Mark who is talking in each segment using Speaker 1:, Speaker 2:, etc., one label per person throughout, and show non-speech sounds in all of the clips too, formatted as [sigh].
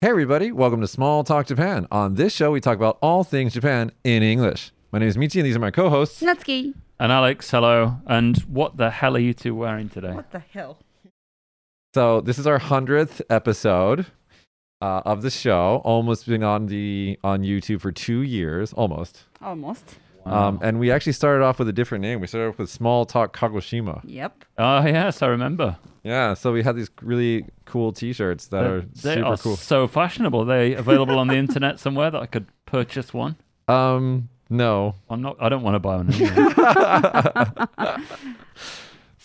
Speaker 1: Hey, everybody, welcome to Small Talk Japan. On this show, we talk about all things Japan in English. My name is Michi, and these are my co hosts.
Speaker 2: Natsuki.
Speaker 3: And Alex, hello. And what the hell are you two wearing today?
Speaker 2: What the hell?
Speaker 1: So, this is our 100th episode. Uh, of the show, almost been on the on YouTube for two years, almost.
Speaker 2: Almost.
Speaker 1: Um, and we actually started off with a different name. We started off with Small Talk Kagoshima.
Speaker 2: Yep.
Speaker 3: Oh yes, I remember.
Speaker 1: Yeah, so we had these really cool T-shirts that are
Speaker 3: they
Speaker 1: super
Speaker 3: are
Speaker 1: cool.
Speaker 3: so fashionable. Are they available on the internet somewhere that I could purchase one.
Speaker 1: Um, no.
Speaker 3: I'm not. I don't want to buy one. Anyway.
Speaker 1: [laughs]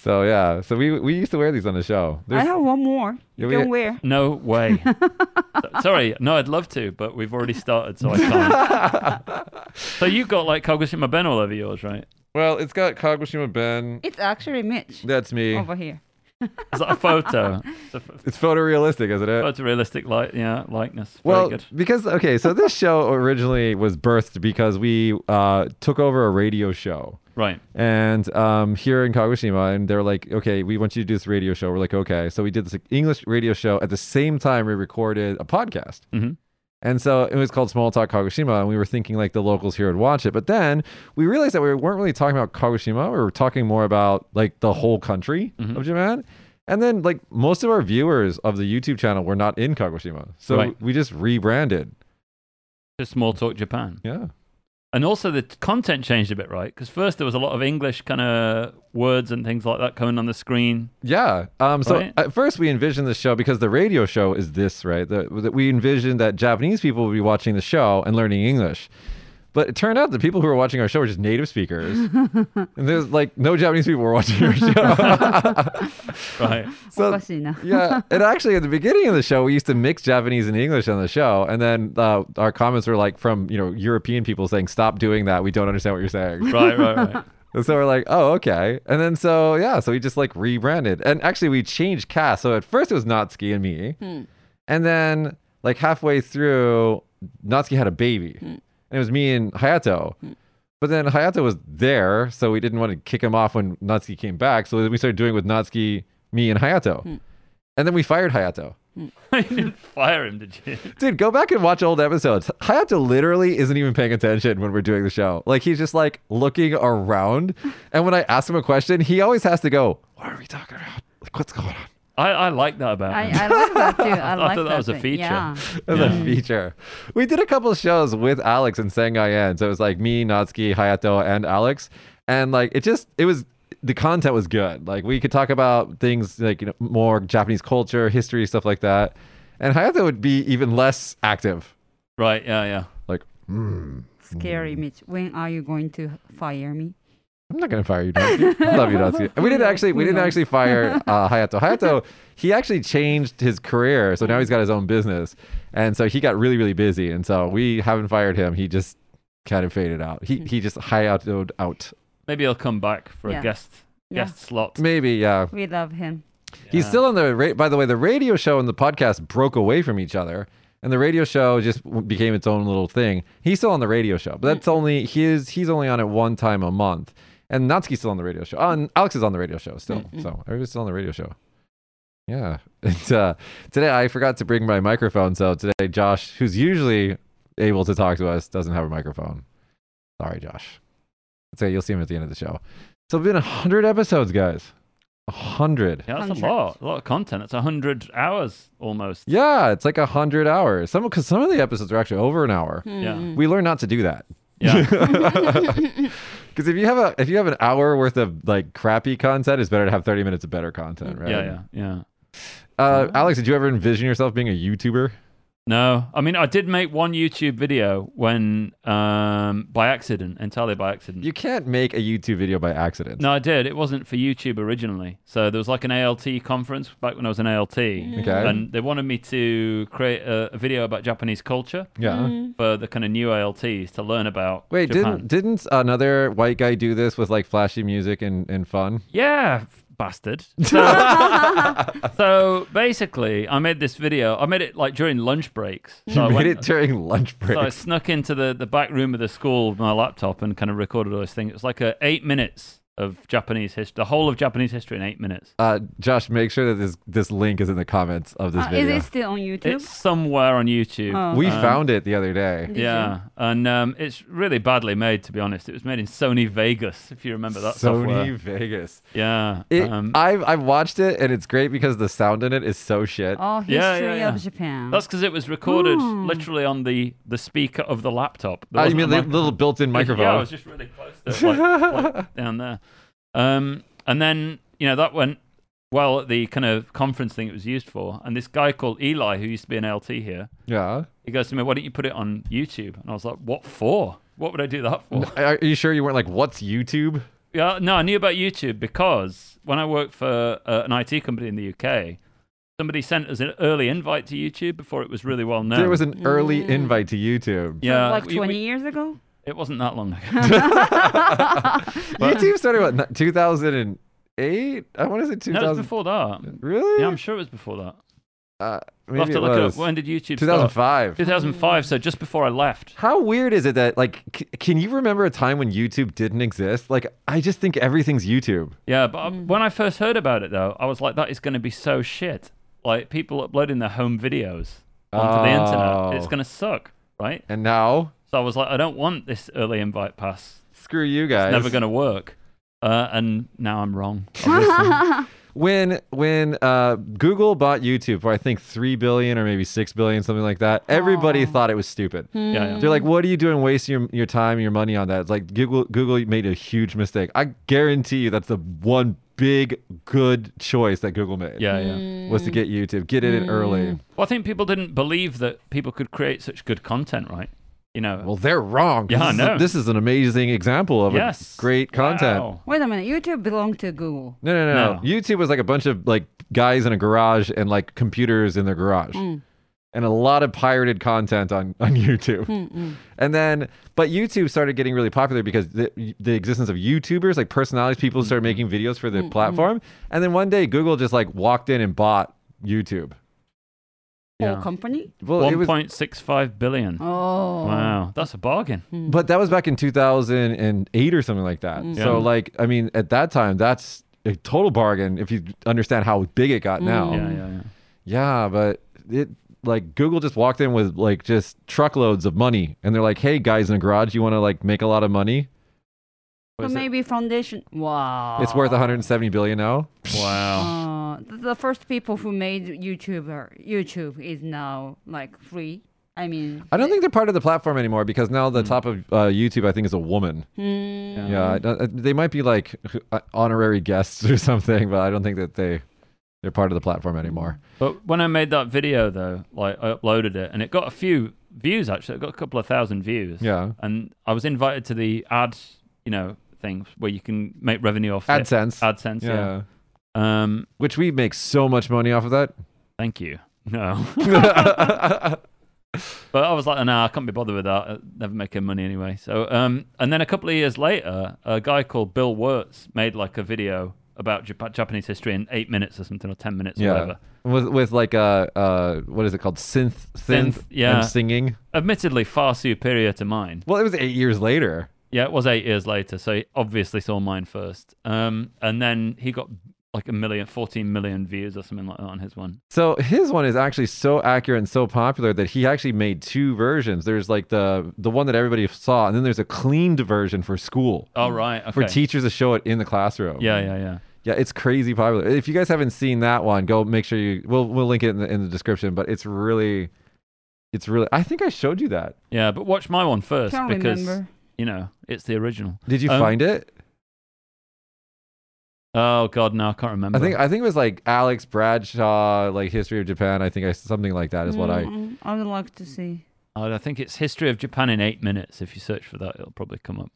Speaker 1: So yeah, so we we used to wear these on the show.
Speaker 2: I
Speaker 1: There's-
Speaker 2: have one more.
Speaker 1: Yeah,
Speaker 2: You
Speaker 1: we-
Speaker 2: can wear.
Speaker 3: no way. So- Sorry. No, I'd love to, but we've already started, so I can't.
Speaker 1: [laughs]
Speaker 3: so you got like Kagoshima Ben all over yours, right?
Speaker 1: well, it's got Kagoshima Ben.
Speaker 2: It's actually Mitch
Speaker 1: That's me.
Speaker 3: Oh,
Speaker 2: over here.
Speaker 3: Is that a photo? It's a f-
Speaker 1: It's photorealistic, isn't it?
Speaker 3: photorealistic, like yeah, likeness. Very
Speaker 1: well,
Speaker 3: good.
Speaker 1: because okay, so this show originally was birthed because we uh, took over a radio show.
Speaker 3: Right.
Speaker 1: and um, here in Kagoshima, and they're like, okay, we want you to do this radio show. We're like, okay. So we did this English radio show at the same time we recorded a podcast.
Speaker 3: Mhm.
Speaker 1: And so it was called Small Talk Kagoshima, and we were thinking like the locals here would watch it. But then we realized that we weren't really talking about Kagoshima. We were talking more about like the whole country of Japan. And then like most of our viewers of the YouTube channel were not in Kagoshima. So
Speaker 3: Right.
Speaker 1: we just rebranded.
Speaker 3: Just small talk Japan.
Speaker 1: Yeah.
Speaker 3: And also the t- content changed a bit, right? Because first there was a lot of English kind of words and things like that coming on
Speaker 2: [laughs]
Speaker 3: the screen.
Speaker 1: Yeah. Um, so
Speaker 3: Right?
Speaker 1: at first we envisioned the show because the radio show is this, right? The, that we envisioned that Japanese people would be watching the show and learning English. But it turned out the people who were watching our show were just native speakers. and there's like no Japanese people were watching our show.
Speaker 3: Right.
Speaker 1: so
Speaker 3: Uh-uh.
Speaker 2: おかしいな。
Speaker 1: yeah, and actually at the beginning of the show we used to mix Japanese and English on the show and then uh, our comments were like from, you know, European people saying stop doing that. We don't understand what you're saying.
Speaker 3: right, right, right.
Speaker 1: And so we're like, oh, okay. And then so yeah, so we just like rebranded. And actually we changed cast. So at first it was Natsuki and me. And then like halfway through, Natsuki had a baby. And it was me and Hayato. But then Hayato was there, so we didn't want to kick him off when Natsuki came back. So then we started doing it with Natsuki, me, and Hayato. And then we fired Hayato.
Speaker 3: [laughs] you didn't fire him, did you?
Speaker 1: Dude, go back and watch old episodes. Hayato literally isn't even paying attention when we're doing the show. Like he's just like looking around, and when I ask him a question, he always has to go, "What are we talking about? Like what's going on?"
Speaker 3: I, I like that about
Speaker 2: I,
Speaker 3: him.
Speaker 2: I like that too. I,
Speaker 3: [laughs] I
Speaker 2: like
Speaker 3: thought that was a
Speaker 2: thing.
Speaker 3: feature.
Speaker 2: Yeah.
Speaker 1: As
Speaker 3: Yeah.
Speaker 1: a feature, we did a couple of shows with Alex and Sangayen. So it was like me, Natsuki, Hayato, and Alex, and like it just it was the content was good. Like we could talk about things like you know more Japanese culture, history, stuff like that. And Hayato would be even less active.
Speaker 3: Right, yeah, yeah.
Speaker 1: Like
Speaker 3: Mm.
Speaker 2: Scary Mitch. When are you going to fire me?
Speaker 1: I'm not gonna fire you, Natsuki. I love you, Natsuki. And we didn't actually we didn't actually fire uh, Hayato. Hayato, he actually changed his career, so now he's got his own business, and so he got really really busy, and so we haven't fired him. He just kind of faded out. He he just Hayatoed out.
Speaker 3: Maybe he'll come back for
Speaker 2: Yeah.
Speaker 3: a guest
Speaker 2: Yeah.
Speaker 3: guest slot.
Speaker 1: Maybe yeah.
Speaker 2: We love him.
Speaker 1: He's
Speaker 3: Yeah.
Speaker 1: still on the. Ra- by the way, the radio show and the podcast broke away from each other, and the radio show just w- became its own little thing. He's still on the radio show, but that's only his. He's only on it one time a month, and Natsuki's still on the radio show. Oh, and Alex is on the radio show still. So everybody's still on the radio show. Yeah. [laughs] And uh, today I forgot to bring my microphone, so today Josh, who's usually able to talk to us, doesn't have a microphone. Sorry, Josh. It's okay. You'll see him at the end of the show. So it's been a hundred episodes, guys. A hundred.
Speaker 3: Yeah, that's a
Speaker 2: Hundred.
Speaker 3: lot. A lot of content. That's 100 hours
Speaker 1: [laughs]
Speaker 3: almost.
Speaker 1: Yeah, it's like a hundred hours. Some because some of the episodes are actually over an hour.
Speaker 2: Hmm.
Speaker 3: Yeah. [laughs]
Speaker 1: We learn not to do that [laughs]
Speaker 2: [laughs]
Speaker 3: Yeah.
Speaker 1: because if you have a if you have an hour worth of like crappy content, it's better to have thirty minutes of better content, right?
Speaker 3: Yeah, yeah, yeah.
Speaker 2: Oh.
Speaker 1: Uh, Alex, did you ever envision yourself being a YouTuber?
Speaker 3: No, I mean, I did make one YouTube video when, um, by accident, entirely by accident.
Speaker 1: You can't make a YouTube video by accident.
Speaker 3: No, I did. It wasn't for YouTube originally. So there was like an ALT conference back when I was an ALT.
Speaker 1: Okay.
Speaker 3: And they wanted me to create a, a video about Japanese culture
Speaker 1: Yeah.
Speaker 2: Mm-hmm.
Speaker 3: for the kind of new ALTs to learn about.
Speaker 1: Wait, didn't
Speaker 3: Japan.
Speaker 1: didn't another white guy do this with like flashy music and, and
Speaker 3: [laughs]
Speaker 1: fun?
Speaker 3: Yeah, f-
Speaker 1: [laughs]
Speaker 3: bastard. So, so basically, I made this video. I made it like during lunch breaks. So I
Speaker 1: you made
Speaker 3: went-
Speaker 1: it during lunch break.
Speaker 3: So I snuck into the, the back room of the school with my laptop and kind of recorded all this thing. It was like a eight minutes of Japanese history, the whole of Japanese history in eight minutes.
Speaker 1: Uh, Josh, make sure that this this link is in the comments of this
Speaker 2: [laughs] Uh, is
Speaker 1: video.
Speaker 2: it still on YouTube?
Speaker 3: It's somewhere on YouTube.
Speaker 2: Oh.
Speaker 1: we
Speaker 3: Um,
Speaker 1: found it the other day.
Speaker 2: Did you?
Speaker 3: Yeah, and um, it's really badly made, to be honest. It was made in Sony Vegas, if you remember that software.
Speaker 1: Sony Vegas.
Speaker 3: Yeah.
Speaker 1: It,
Speaker 3: um,
Speaker 1: I've I've watched it and it's great because the sound in it is so shit.
Speaker 2: Oh, history
Speaker 3: Yeah, yeah, yeah.
Speaker 2: of Japan.
Speaker 3: that's because it was recorded
Speaker 2: Ooh.
Speaker 3: literally on the, the speaker of the laptop.
Speaker 1: Hmm.
Speaker 3: There
Speaker 1: I
Speaker 3: wasn't a
Speaker 1: mean, the
Speaker 3: mic-
Speaker 1: little built-in microphone.
Speaker 3: Yeah, I was just really close to it, like,
Speaker 1: [laughs]
Speaker 3: like down there. Um, and then you know that went well at the kind of conference thing it was used for. And this guy called Eli, who used to be an LT here,
Speaker 1: yeah.
Speaker 3: he goes to me, "Why don't you put it on YouTube?" And I was like, "What for? What would I do that for?"
Speaker 1: Are are you sure you weren't like, what's YouTube?
Speaker 3: Yeah, no, I knew about YouTube because when I worked for uh, an IT company in the UK, somebody sent us an early invite to YouTube before it was really well known.
Speaker 1: There was an early
Speaker 2: Mm.
Speaker 1: invite to YouTube.
Speaker 3: yeah,
Speaker 2: like
Speaker 3: we- we-
Speaker 2: 20 years ago.
Speaker 3: [laughs] it wasn't that long ago. [laughs]
Speaker 1: YouTube started what? 2008? I want to say
Speaker 3: No, it was
Speaker 1: 2000.
Speaker 3: before that.
Speaker 1: really?
Speaker 3: Yeah, I'm sure it was before that.
Speaker 1: uh,
Speaker 3: We'll have
Speaker 1: maybe
Speaker 3: to
Speaker 1: it
Speaker 3: look
Speaker 1: was.
Speaker 3: up when did YouTube start?
Speaker 1: 2005.
Speaker 3: 2005, so just before I left.
Speaker 1: How weird is it that like c- can you remember a time when YouTube didn't exist? Like I just think everything's YouTube.
Speaker 3: Yeah, but I- when I first heard about it, though, I was like, that is going to be so shit. Like, people uploading their home videos onto the
Speaker 1: Oh.
Speaker 3: internet. It's going to suck, right?
Speaker 1: And now,
Speaker 3: So I was like, I don't want this early invite pass.
Speaker 1: screw you guys.
Speaker 3: It's never going to work. Uh, and now I'm
Speaker 1: [laughs]
Speaker 3: wrong. obviously.
Speaker 1: when when uh, Google bought YouTube for I think three billion or maybe six billion, something like that, everybody thought it was stupid.
Speaker 3: yeah, yeah.
Speaker 1: They're like, "What are you doing, wasting your, your time, and your money on that?" It's like Google Google made a huge mistake. I guarantee you, that's the one big good choice that Google made.
Speaker 3: Yeah, yeah.
Speaker 1: was to get YouTube, get it in early.
Speaker 3: Well, I think people didn't believe that people could create such good content, right? You know,
Speaker 1: Well, they're wrong. 'cause
Speaker 3: Yeah, I
Speaker 1: this, is-
Speaker 3: know.
Speaker 1: this is an amazing example of a
Speaker 3: yes.
Speaker 1: great content.
Speaker 3: Wow.
Speaker 2: Wait a minute. YouTube belonged to Google.
Speaker 1: No, no, no, no.
Speaker 3: No.
Speaker 1: YouTube was like a bunch of like guys in a garage and like computers in their garage.
Speaker 2: Hmm,
Speaker 1: And a lot of pirated content on, on [laughs] YouTube.
Speaker 2: hmm,
Speaker 1: And then, but YouTube started getting really popular because the, the existence of YouTubers, like personalities, people started making videos for the platform. And then one day, Google just like walked in and bought YouTube.
Speaker 2: Whole
Speaker 3: Yeah.
Speaker 2: Oh, company.
Speaker 1: Well, it was,
Speaker 3: 1.65 billion.
Speaker 2: Oh. hmm.
Speaker 3: Wow, that's a bargain.
Speaker 1: but that was back in 2008 or something like that.
Speaker 3: Yeah.
Speaker 1: So, like, I mean, at that time, that's a total bargain if you understand how big it got now.
Speaker 3: Yeah, yeah, yeah.
Speaker 1: Yeah, but it like Google just walked in with like just truckloads of money, and they're like, "Hey guys in the garage, you want to like make a lot of money? What
Speaker 2: But
Speaker 1: is it?
Speaker 2: maybe foundation. Wow.
Speaker 1: It's worth 170 billion now."
Speaker 3: Wow.
Speaker 2: Uh, th- the first people who made YouTuber YouTube is now like free. I mean,
Speaker 1: I don't think they're part of the platform anymore because now the top of uh, YouTube, I think, is a woman.
Speaker 2: Hmm.
Speaker 1: Yeah, I don't- uh, they might be like uh, honorary guests [laughs] or something, but I don't think that they they're part of the platform anymore.
Speaker 3: But when I made that video, though, like I uploaded it and it got a few views actually. It got a couple of thousand views.
Speaker 1: Yeah,
Speaker 3: And I was invited to the ad, you know, thing where you can make revenue off it.
Speaker 1: AdSense.
Speaker 3: AdSense.
Speaker 1: yeah.
Speaker 3: Yeah. Um,
Speaker 1: which we make so much money off of that.
Speaker 3: thank you. [laughs]
Speaker 1: [laughs]
Speaker 3: No. but I was like, nah, I can't be bothered with that. i never making money anyway. So, um, and then a couple of years later, a guy called Bill Wirtz made like a video about Jap- Japanese history in eight minutes or something, or 10 minutes, or
Speaker 1: yeah,
Speaker 3: whatever.
Speaker 1: with with like a uh, what is it called synth synth,
Speaker 3: Synth, yeah.
Speaker 1: and singing.
Speaker 3: Admittedly, far superior to mine.
Speaker 1: Well, it was eight years later.
Speaker 3: Yeah, it was eight years later, so he obviously saw mine first. Um, and then he got like a million, 14 million views or something like that on his one.
Speaker 1: So his one is actually so accurate and so popular that he actually made two versions. There's like the the one that everybody saw, and then there's a cleaned version for school
Speaker 3: Oh, right. Okay.
Speaker 1: for teachers to show it in the classroom.
Speaker 3: Yeah, yeah, yeah.
Speaker 1: yeah, it's crazy popular. If you guys haven't seen that one, go make sure you. We'll we'll link it in the in the description. But it's really, it's really. I think I showed you that.
Speaker 3: Yeah, but watch my one first
Speaker 2: Can't
Speaker 3: because,
Speaker 2: remember.
Speaker 3: you know, it's the original.
Speaker 1: Did you
Speaker 3: Um,
Speaker 1: find it?
Speaker 3: Oh, God, no, I can't remember.
Speaker 1: I think I think it was like Alex Bradshaw, like History of Japan. I think I something like that is what I.
Speaker 2: Mm, I would like to see.
Speaker 3: I, I think it's History of Japan in Eight Minutes. If you search for that, it'll probably come up.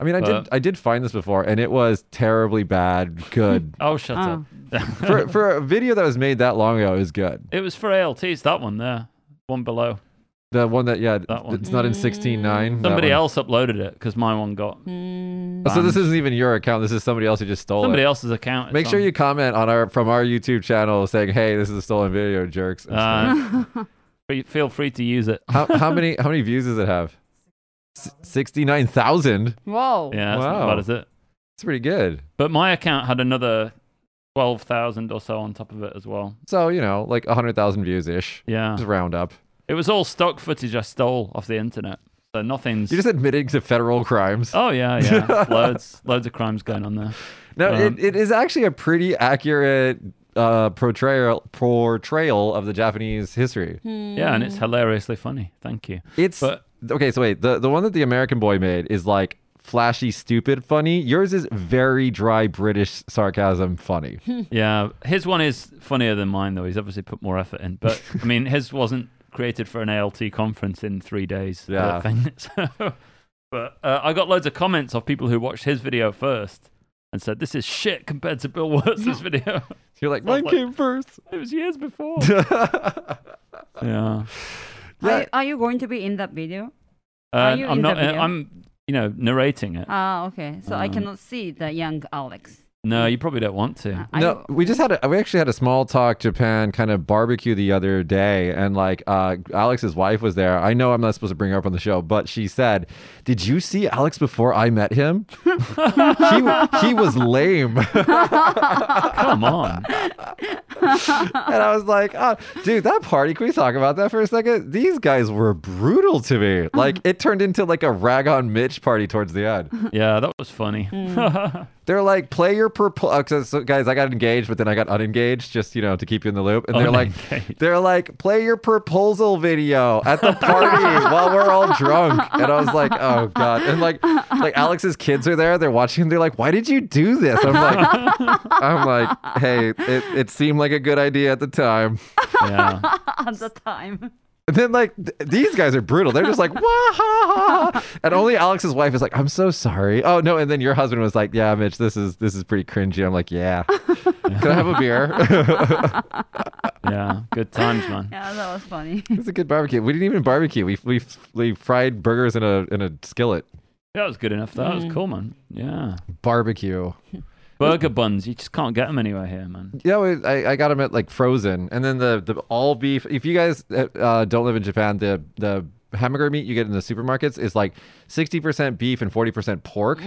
Speaker 1: I mean, I did
Speaker 3: But-
Speaker 1: I did find this before, and it was terribly bad. Good.
Speaker 3: [laughs] Oh, shut
Speaker 2: Oh.
Speaker 3: up.
Speaker 1: for for a video that was made that long ago is good.
Speaker 3: it was for ALTs, that one there, one below.
Speaker 1: The one that yeah,
Speaker 3: That one. Mm.
Speaker 1: it's not in sixteen nine.
Speaker 3: Somebody else uploaded it because my one got
Speaker 2: Hmm.
Speaker 1: So this isn't even your account. This is somebody else who just stole
Speaker 3: somebody
Speaker 1: it.
Speaker 3: else's account. it's
Speaker 1: Make sure
Speaker 3: on.
Speaker 1: you comment on our from our YouTube channel saying, "Hey, this is a stolen video, jerks." I'm just kidding.
Speaker 3: Uh, free- feel free to use it.
Speaker 1: how,
Speaker 3: [laughs]
Speaker 1: how many how many views does it have? Sixty nine thousand.
Speaker 2: [laughs] Whoa.
Speaker 3: Yeah, that's
Speaker 1: Wow.
Speaker 3: not bad, is it?
Speaker 1: It's pretty good.
Speaker 3: But my account had another twelve thousand or so on top of it as well.
Speaker 1: So, you know, like 100,000 views ish.
Speaker 3: Yeah,
Speaker 1: Just round up.
Speaker 3: it was all stock footage I stole off the internet. So nothing's.
Speaker 1: You're just admitting to federal crimes.
Speaker 3: Oh yeah,
Speaker 1: [laughs]
Speaker 3: yeah, loads, loads of crimes going on there.
Speaker 1: No,
Speaker 3: Um,
Speaker 1: it, it is actually a pretty accurate uh, portrayal portrayal of the Japanese history.
Speaker 3: Yeah, and it's hilariously funny. Thank you.
Speaker 1: It's
Speaker 3: Hmm. But-
Speaker 1: okay. So wait, the the one that the American boy made is like flashy, stupid, funny. Yours is very dry British sarcasm, funny.
Speaker 3: Hmm. Yeah, his one is funnier than mine though. He's obviously put more effort in, but
Speaker 2: [laughs]
Speaker 3: I mean, his wasn't created for an ALT conference in three days. sort of thing. So, [laughs] but uh, I got loads of comments of people who watched his video first and said, "This is shit compared to
Speaker 2: [laughs]
Speaker 3: Bill Wurtz's video. [laughs]
Speaker 1: You're like mine
Speaker 3: like-
Speaker 1: came
Speaker 3: [laughs]
Speaker 1: first. [laughs]
Speaker 3: it was years before." yeah,
Speaker 2: Are, you, are you going to be in that video?
Speaker 3: Uh,
Speaker 2: you
Speaker 3: I'm
Speaker 2: Oh, in the
Speaker 3: not.
Speaker 2: video?
Speaker 3: I'm, you know, narrating it.
Speaker 2: Ah, okay. So I
Speaker 1: Uh,
Speaker 3: Um,
Speaker 2: cannot see the young Alex.
Speaker 3: No, you probably don't want to.
Speaker 2: Uh, are
Speaker 1: no,
Speaker 2: you-
Speaker 1: we just had a, we actually had a small talk Japan kind of barbecue the other day, and like uh, Alex's wife was there. I know I'm not supposed to bring her up on the show, but she said, "Did you see Alex before I met him? he he was lame." [laughs]
Speaker 3: Come on.
Speaker 2: [laughs]
Speaker 1: and I was like, oh, dude, that party, can we talk about that for a second? These guys were brutal to me. Like, it turned into like a rag on Mitch party towards the end.
Speaker 3: Yeah, that was funny.
Speaker 2: Mm.
Speaker 1: They're like, play your proposal. so, guys, I got engaged, but then I got unengaged just, you know, to keep you in the loop. And they're like,
Speaker 3: Unengaged.
Speaker 1: they're like, play your proposal video at the party while we're all drunk. And I was like, oh, God. And like, like Alex's kids are there. They're watching. They're like, why did you do this? I'm like, I'm like, hey, it, it seemed like a good idea at the time.
Speaker 3: [laughs] yeah.
Speaker 2: [laughs] at the time.
Speaker 1: And then like th- these guys are brutal. They're just like wah ha, ha. and only Alex's wife is like, "I'm so sorry." Oh no! And then your husband was like, "Yeah, Mitch, this is this is pretty cringy." I'm like, "Yeah, can I have a beer?" [laughs]
Speaker 3: Yeah. Good times, man.
Speaker 2: [laughs] Yeah, that was funny.
Speaker 1: it's a good barbecue. We didn't even barbecue. We we we fried burgers in a in a skillet.
Speaker 3: That was good enough. That
Speaker 2: Mm.
Speaker 3: was cool, man. Yeah.
Speaker 1: Barbecue.
Speaker 3: Burger buns. You just can't get them anywhere here, man.
Speaker 1: Yeah, we, I, I got them at like Frozen, and then the the all beef. If you guys uh, uh, don't live in Japan, the the hamburger meat you get in the supermarkets is like sixty percent beef and forty percent pork.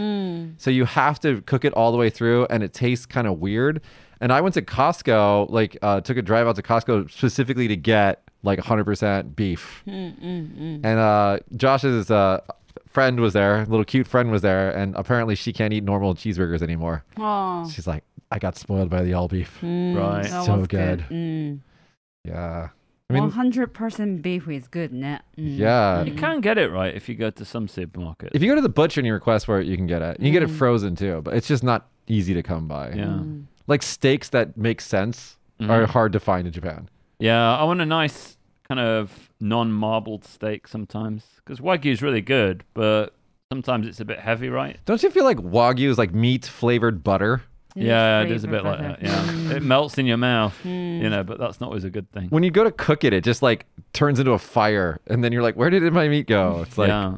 Speaker 1: So you have to cook it all the way through, and it tastes kind of weird. And I went to Costco, like uh, took a drive out to Costco specifically to get like hundred percent beef.
Speaker 2: Hmm,
Speaker 1: And uh, Josh's uh, friend was there, little cute friend was there, and apparently she can't eat normal cheeseburgers anymore.
Speaker 2: Oh,
Speaker 1: She's like, I got spoiled by the all beef.
Speaker 3: Right.
Speaker 2: that
Speaker 1: so
Speaker 2: was
Speaker 1: good.
Speaker 2: Mm.
Speaker 1: Yeah. I mean,
Speaker 2: 100% beef is good, ne? Mm.
Speaker 1: yeah.
Speaker 3: You can get it right if you go to some supermarket.
Speaker 1: If you go to the butcher and you request for it, you can get it. You can get it frozen too, but it's just not easy to come by.
Speaker 3: Yeah.
Speaker 1: Like steaks that make sense are hard to find in Japan.
Speaker 3: Yeah. I want a nice kind of non marbled steak sometimes because Wagyu is really good, but sometimes it's a bit heavy, right?
Speaker 1: Don't you feel like Wagyu is like meat flavored butter?
Speaker 3: Yeah, it is a
Speaker 2: flavor Mm.
Speaker 3: bit like that.
Speaker 2: butter.
Speaker 1: Mm.
Speaker 3: Yeah. it melts in your mouth, you know, but that's not always a good thing.
Speaker 1: When you go to cook it, it just like turns into a fire. And then you're like, where did my meat go? It's like,
Speaker 3: yeah.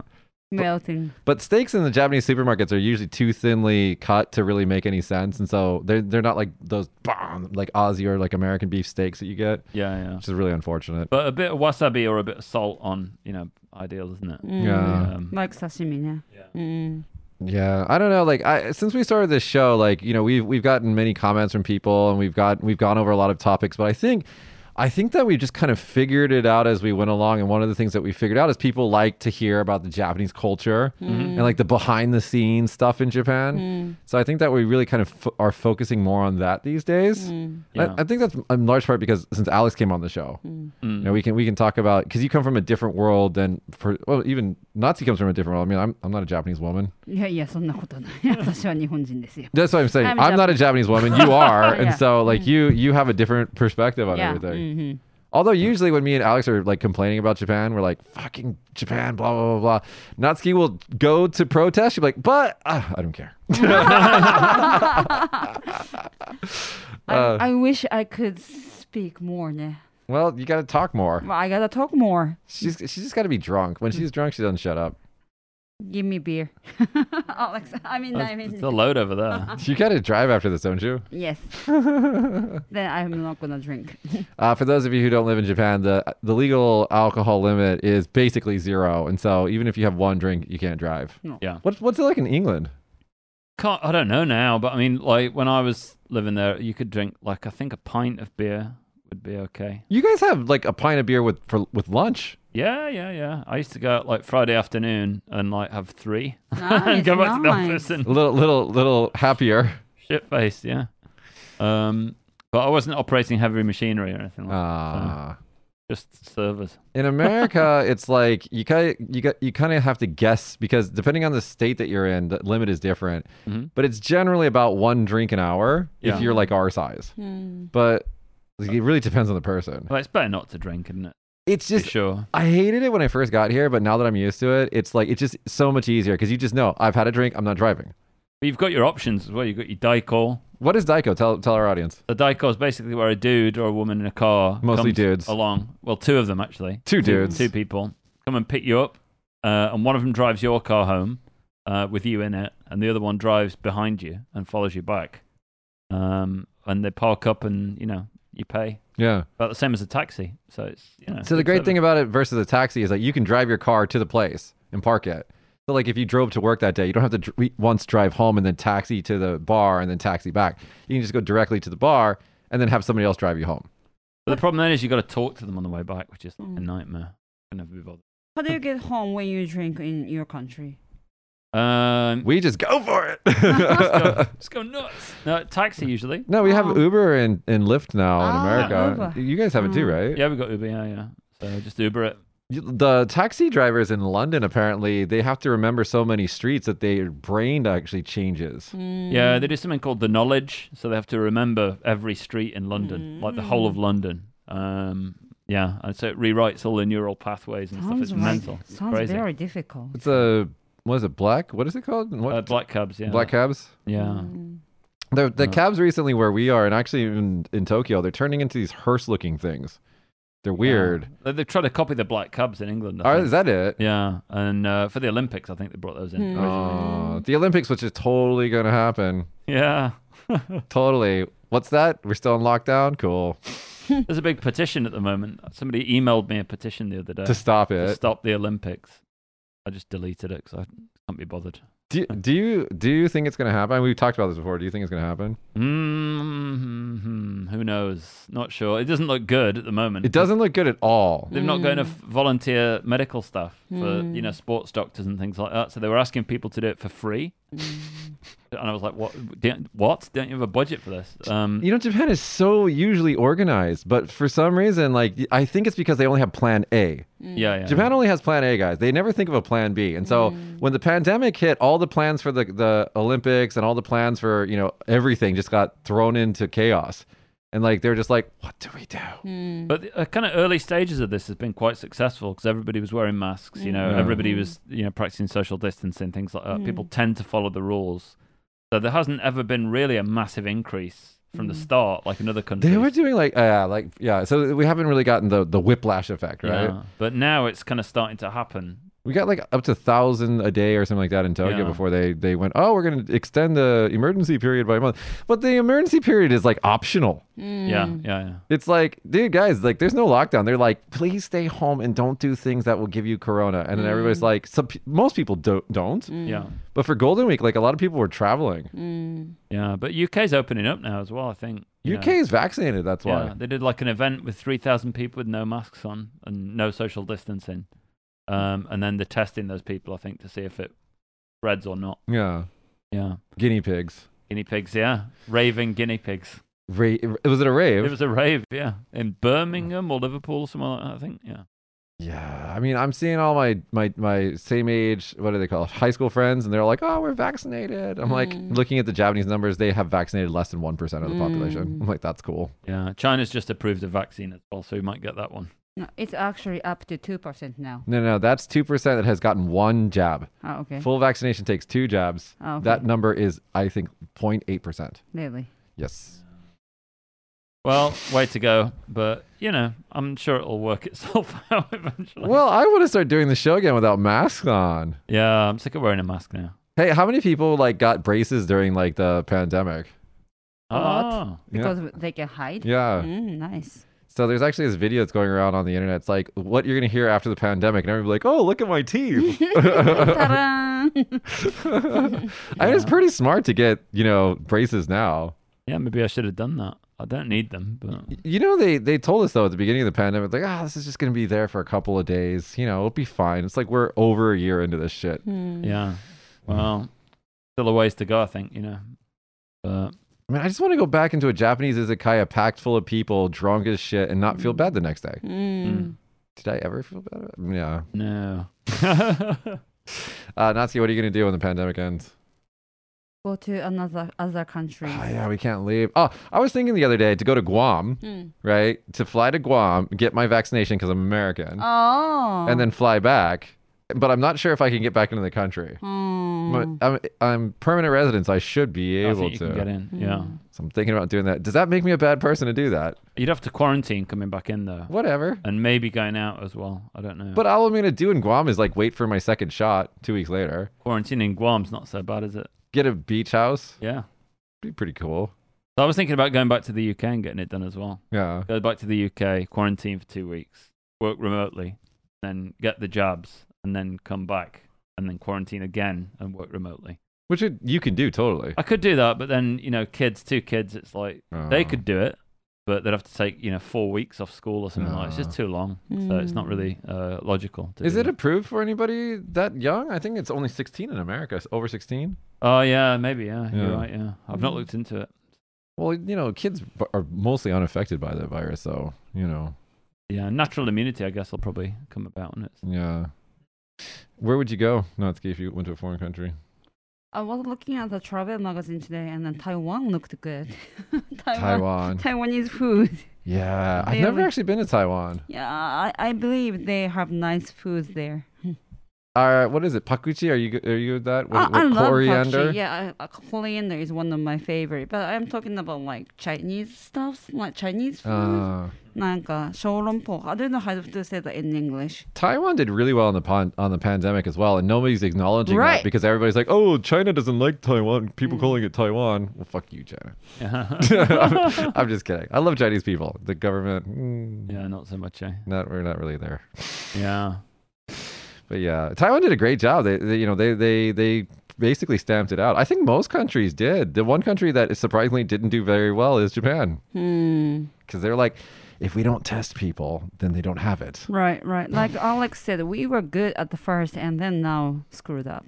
Speaker 2: Melting.
Speaker 1: but steaks in the Japanese supermarkets are usually too thinly cut to really make any sense. And so they're, they're not like those bomb, like Aussie or like American beef steaks that you get,
Speaker 3: Yeah. Yeah.
Speaker 1: which is really unfortunate.
Speaker 3: But a bit of wasabi or a bit of salt on, you know, ideal, isn't it?
Speaker 1: Yeah.
Speaker 3: Um,
Speaker 2: Like sashimi, yeah. Mm.
Speaker 1: Yeah, I don't know. Like, I since we started this show, like you know, we've we've gotten many comments from people, and we've got we've gone over a lot of topics. But I think, I think that we just kind of figured it out as we went along. And one of the things that we figured out is people like to hear about the Japanese culture and like the behind the scenes stuff in Japan. So I think that we really kind of f- are focusing more on that these days. I-
Speaker 3: Yeah.
Speaker 1: I, think that's in large part because since Alex came on the show, you know, we can we can talk about because you come from a different world than for well even Nazi comes from a different world. I mean, I'm I'm not a Japanese woman.
Speaker 2: いやいや、そんなこ
Speaker 1: [laughs]
Speaker 2: とない。私は日本人ですよ。
Speaker 1: That's what I'm saying. I'm,
Speaker 2: I'm
Speaker 1: not a Japanese woman. You
Speaker 2: [laughs]
Speaker 1: are,
Speaker 2: Yeah. Mm-hmm.
Speaker 1: and so like you you have a different perspective on
Speaker 2: Yeah.
Speaker 1: everything.
Speaker 2: mhm.
Speaker 1: Although usually when me and Alex are like complaining about Japan, we're like fucking Japan, blah blah blah blah. Natsuki will go to protest. She'll be like, but uh, I don't
Speaker 2: [laughs]
Speaker 1: care.
Speaker 2: Mm-hmm.
Speaker 1: [laughs]
Speaker 2: I,
Speaker 1: Uh,
Speaker 2: I wish I could speak more, ne?
Speaker 1: well, you got to talk more.
Speaker 2: Well, I gotta talk more.
Speaker 1: She's she's just got to be drunk. When she's drunk, she doesn't shut up.
Speaker 2: Give me beer. [laughs] Alex, I mean, I mean,
Speaker 3: There's a load over there.
Speaker 1: You got to drive after this, don't
Speaker 2: [laughs]
Speaker 1: you?
Speaker 2: yes. then I'm not gonna
Speaker 3: [laughs]
Speaker 2: drink.
Speaker 1: Uh, for those of you who don't live in Japan, the the legal alcohol limit is basically zero, and so even if you have one drink, you can't drive.
Speaker 3: Yeah.
Speaker 1: What's what's it like in England?
Speaker 3: can't, I don't know now, but I mean, like when I was living there, you could drink like I think a pint of beer would be okay.
Speaker 1: You guys have like a pint of beer with for with lunch.
Speaker 3: Yeah, yeah, yeah. I used to go out like Friday afternoon and like have three [laughs]
Speaker 2: Nice,
Speaker 3: and go back to the
Speaker 2: Ah, nice.
Speaker 3: office and [laughs]
Speaker 1: A little little little happier.
Speaker 3: shit faced. Yeah. Um, but I wasn't operating heavy machinery or anything like
Speaker 1: Ah.
Speaker 3: that. Just servers.
Speaker 1: In [laughs] America, it's like you kind you got you kind of have to guess because depending on the state that you're in, the limit is different.
Speaker 3: Mhm.
Speaker 1: But it's generally about one drink an hour
Speaker 3: Yeah.
Speaker 1: if you're like our size.
Speaker 2: Hmm.
Speaker 1: But like, it really depends on the person.
Speaker 3: Well, it's better not to drink, isn't it?
Speaker 1: It's
Speaker 3: For
Speaker 1: just
Speaker 3: sure.
Speaker 1: I hated it when I first got here, but now that I'm used to it, it's like it's just so much easier because you just know I've had a drink, I'm not driving.
Speaker 3: But you've got your options as well. You've got your Daico.
Speaker 1: What is Daiko? Tell tell our audience.
Speaker 3: The Daico is basically where a dude or a woman in a car,
Speaker 1: Mostly
Speaker 3: comes
Speaker 1: dudes.
Speaker 3: along. Well, two of them actually.
Speaker 1: Two dudes.
Speaker 3: two people come and pick you up, uh, and one of them drives your car home uh, with you in it, and the other one drives behind you and follows you back. Um, and they park up, and you know you pay
Speaker 1: Yeah.
Speaker 3: about the same as a taxi. So it's you know.
Speaker 1: So the
Speaker 3: it's
Speaker 1: great
Speaker 3: clever.
Speaker 1: thing about it versus a taxi is that you can drive your car to the place and park it. So like if you drove to work that day, you don't have to dr- once drive home and then taxi to the bar and then taxi back. You can just go directly to the bar and then have somebody else drive you home.
Speaker 3: But the problem then is you got to talk to them on the way back, which is
Speaker 2: Mm.
Speaker 3: a nightmare. Can never be bothered.
Speaker 2: How do you get home when you drink in your
Speaker 1: [laughs]
Speaker 2: country? [laughs]
Speaker 3: Um, [laughs]
Speaker 1: We just go for
Speaker 2: Hmm.
Speaker 3: let's, go,
Speaker 1: it.
Speaker 3: let's go nuts. No
Speaker 1: [laughs]
Speaker 3: taxi usually.
Speaker 1: no, we have
Speaker 2: Oh.
Speaker 1: Uber and, and Lyft now
Speaker 2: Ah,
Speaker 1: in America.
Speaker 2: Uber.
Speaker 1: You guys have it too,
Speaker 2: Mm.
Speaker 1: right?
Speaker 3: Yeah, we got Uber. Yeah, yeah. So just Uber it.
Speaker 1: the taxi drivers in London apparently they have to remember so many streets that their brain actually changes.
Speaker 3: Yeah,
Speaker 2: Mm.
Speaker 3: they do something called the knowledge, so they have to remember every street in London,
Speaker 2: Mm.
Speaker 3: like the
Speaker 1: Mm.
Speaker 3: whole of London. Um, yeah, and so it rewrites all the neural pathways and stuff. It's
Speaker 2: Sounds right.
Speaker 3: mental. It's
Speaker 2: Sounds
Speaker 3: crazy. Uh,
Speaker 2: very difficult.
Speaker 1: It's a what is it black? What is it called? What
Speaker 3: uh, black cabs, yeah.
Speaker 1: black cabs?
Speaker 3: Yeah.
Speaker 2: Mm.
Speaker 1: The the
Speaker 3: Yeah.
Speaker 1: cabs recently where we are, and actually in, in Tokyo, they're turning into these hearse looking things. They're weird.
Speaker 3: Yeah. They, they tried to copy the black cabs in England. I
Speaker 1: Are,
Speaker 3: think.
Speaker 1: Oh, is that it?
Speaker 3: Yeah, and uh, for the Olympics, I think they brought those in.
Speaker 2: Hmm.
Speaker 3: originally.
Speaker 1: Oh, the Olympics, which is totally gonna happen.
Speaker 3: [laughs] Yeah. [laughs]
Speaker 1: Totally. What's that? We're still in lockdown. Cool.
Speaker 3: There's a big petition at the moment. Somebody emailed me a petition the other day
Speaker 1: To stop
Speaker 3: to
Speaker 1: it.
Speaker 3: stop the Olympics. I just deleted it because I can't be bothered.
Speaker 1: Do, do you do you think it's gonna happen? We've talked about this before. Do you think it's gonna happen?
Speaker 3: Mm-hmm. Who knows? Not sure. It doesn't look good at the moment.
Speaker 1: It doesn't look good at all.
Speaker 3: They've not got enough volunteer medical staff for you
Speaker 2: Mm.
Speaker 3: know sports doctors and things like that. So they were asking people to do it for free,
Speaker 2: Mm.
Speaker 3: and I was like, "What? Don't, what? Don't you have a budget for this?" Um,
Speaker 1: You know, Japan is so usually organized, but for some reason, like I think it's because they only have Plan A.
Speaker 2: Mm.
Speaker 3: yeah, yeah.
Speaker 1: Japan only has Plan A, guys. They never think of a Plan B. And so when the pandemic hit, all the plans for the the Olympics and all the plans for you know everything just got thrown into chaos, and like they're just like, what do we do?
Speaker 2: [laughs] Mm.
Speaker 3: But the uh, kind of early stages of this has been quite successful because everybody was wearing masks. You know,
Speaker 1: Yeah.
Speaker 2: Mm.
Speaker 3: everybody was you know practicing social distancing, things like that. People tend to follow the rules, so there hasn't ever been really a massive increase from
Speaker 2: Mm.
Speaker 3: the start, like in other countries.
Speaker 1: They were doing like yeah, like yeah. So we haven't really gotten the the whiplash effect, right?
Speaker 3: Yeah. But now it's kind of starting to happen.
Speaker 1: We got like up to thousand a day or something like that in Tokyo
Speaker 3: Yeah.
Speaker 1: before they they went. Oh, we're gonna extend the emergency period by a month, but the emergency period is like optional.
Speaker 2: Mm.
Speaker 3: Yeah, yeah, yeah.
Speaker 1: It's like, dude, guys, like, there's no lockdown. They're like, please stay home and don't do things that will give you corona. And then everybody's like, some, pe- most people do- don't.
Speaker 3: Yeah.
Speaker 1: But for Golden Week, like, a lot of people were traveling.
Speaker 2: Mm.
Speaker 3: Yeah, but UK's opening up now as well, I think. you
Speaker 1: UK
Speaker 3: know.
Speaker 1: is vaccinated. That's why.
Speaker 3: Yeah, they did like an event with 3,000 people with no masks on and no social distancing. Um, and then they're testing those people, I think, to see if it spreads or not.
Speaker 1: Yeah.
Speaker 3: Yeah.
Speaker 1: Guinea pigs.
Speaker 3: Guinea pigs, yeah. Raving guinea pigs.
Speaker 1: Ra- was it a rave?
Speaker 3: It was a rave, yeah. In Birmingham or Liverpool or somewhere like that, I think. Yeah.
Speaker 1: yeah. I mean, I'm seeing all my, my, my same age, what do they call it, high school friends, and they're like, oh, we're vaccinated. I'm like,
Speaker 2: Mm.
Speaker 1: looking at the Japanese numbers, they have vaccinated less than 1% of the population.
Speaker 2: Mm.
Speaker 1: I'm like, that's cool.
Speaker 3: Yeah. China's just approved a vaccine as well, so we might get that one.
Speaker 2: No, it's actually up to two percent now.
Speaker 1: No, no, that's 2% that has gotten one jab.
Speaker 2: Oh, okay.
Speaker 1: Full vaccination takes two jabs.
Speaker 2: oh, okay.
Speaker 1: That number is, I think, 0.8%.
Speaker 2: really.
Speaker 1: Yes.
Speaker 3: Well, way to go. But, you know, I'm sure it'll work [laughs] itself out eventually.
Speaker 1: Well, I want to start doing the show again without masks on.
Speaker 3: yeah, I'm sick of wearing a mask now.
Speaker 1: Hey, how many people like got braces during like the pandemic?
Speaker 2: A lot.
Speaker 3: Ah.
Speaker 1: Yeah.
Speaker 2: Because they can hide.
Speaker 1: Yeah.
Speaker 3: [laughs]
Speaker 2: Mm, nice. [laughs]
Speaker 1: So there's actually this video that's going around on the internet. It's like what you're gonna hear after the pandemic, and everybody's like, "Oh, look at my
Speaker 2: [laughs]
Speaker 1: team."
Speaker 2: Ta-da!
Speaker 1: I mean, it's pretty smart to get you know braces now.
Speaker 3: Yeah, maybe I should have done that. I don't need them, but
Speaker 1: You know, they they told us though at the beginning of the pandemic, like, ah, this is just gonna be there for a couple of days. You know, it'll be fine. It's like we're over a year into this shit.
Speaker 2: Mm.
Speaker 3: yeah.
Speaker 1: mm.
Speaker 3: Well, still a ways to go, I think. You know, but
Speaker 1: I mean, I just want to go back into a Japanese izakaya packed full of people, drunk as shit, and not feel bad the next day.
Speaker 2: Mm.
Speaker 1: Did I ever feel bad? about- Yeah.
Speaker 3: no. [laughs]
Speaker 1: Uh, Natsuki, what are you gonna do when the pandemic ends?
Speaker 2: Go to another other country.
Speaker 1: Oh, yeah, we can't leave. Oh, I was thinking the other day to go to Guam,
Speaker 2: Mm.
Speaker 1: right? To fly to Guam, get my vaccination because I'm
Speaker 3: Mm.
Speaker 1: American,
Speaker 2: Oh.
Speaker 1: and then fly back. But I'm not sure if I can get back into the country. But
Speaker 2: Mm.
Speaker 1: I'm, I'm permanent resident, so I should be
Speaker 3: I
Speaker 1: able
Speaker 3: think Hmm. Oh, you
Speaker 1: to.
Speaker 3: can get in. uh,
Speaker 2: Mm.
Speaker 3: Yeah,
Speaker 1: So I'm thinking about doing that. Does that make me a bad person to do that?
Speaker 3: you'd have to quarantine coming back in though,
Speaker 1: Whatever.
Speaker 3: and maybe going out as well. I don't know.
Speaker 1: But all I'm going to do in Guam is like wait for my second shot two weeks later,
Speaker 3: quarantine in Guam's not so bad, is it?
Speaker 1: get a beach house.
Speaker 3: Yeah.
Speaker 1: Be pretty cool.
Speaker 3: So I was thinking about going back to the UK and getting it done as well.
Speaker 1: Yeah.
Speaker 3: Go back to the UK, quarantine for two weeks, work remotely, then get the jabs, and then come back and then quarantine again and work remotely.
Speaker 1: Which it, you can do totally.
Speaker 3: I could do that, but then you know, kids, two kids, it's like they
Speaker 1: Uh,
Speaker 3: could do it, but they'd have to take you know four weeks off school or something like. It's just
Speaker 1: Ah.
Speaker 3: too long, so it's not really uh, logical. To
Speaker 1: Is
Speaker 3: do
Speaker 1: it
Speaker 3: that.
Speaker 1: approved for anybody that young? I think it's only 16 in America, s- over 16.
Speaker 3: Oh yeah, maybe yeah. You're
Speaker 1: Yeah. Mm-hmm.
Speaker 3: right. Yeah, I've not
Speaker 2: Mm.
Speaker 3: looked into it.
Speaker 1: Well, you know, kids b- are mostly unaffected by the virus, so, you know,
Speaker 3: Yeah, natural immunity, I guess, will probably come about on it.
Speaker 1: yeah. Where would you go, Natsuki, if you went to a foreign country?
Speaker 2: I was looking at the travel magazine today, and then Taiwan looked good. [laughs]
Speaker 1: Taiwan.
Speaker 2: Taiwan. [laughs] Taiwanese food.
Speaker 1: Yeah. I've
Speaker 2: Really?
Speaker 1: never actually been to Taiwan.
Speaker 2: Yeah, I, I believe they have nice foods there.
Speaker 1: Uh, what is it? Pakuchi? Are you g- are you with that? What,
Speaker 2: I,
Speaker 1: what,
Speaker 2: Oh, I love
Speaker 1: coriander?
Speaker 2: Fakchi. Yeah, I, uh, coriander is one of my favorite. But I'm talking about like Chinese stuff, like Chinese food.
Speaker 1: Uh,
Speaker 2: Like xiaolongbok. I don't know how to say that in English.
Speaker 1: Taiwan did really well on the pon- on the pandemic as well, and nobody's acknowledging that
Speaker 2: Right.
Speaker 1: because everybody's like, "Oh, China doesn't like Taiwan. People calling it Taiwan." Well, fuck you, China. [laughs] I'm,
Speaker 3: Yeah,
Speaker 1: I'm just kidding. I love Chinese people. The government, mm,
Speaker 3: [laughs] yeah not so much. Eh?
Speaker 1: not we're not really there.
Speaker 3: Yeah.
Speaker 1: But yeah, Taiwan did a great job. They, they you know they they they basically stamped it out. I think most countries did. The one country that surprisingly didn't do very well is Japan
Speaker 2: Hmm.
Speaker 1: because they're like, if we don't test people, then they don't have it.
Speaker 2: Right,
Speaker 1: [sighs]
Speaker 2: right. Like Alex said, we were good at the first, and then now screwed up.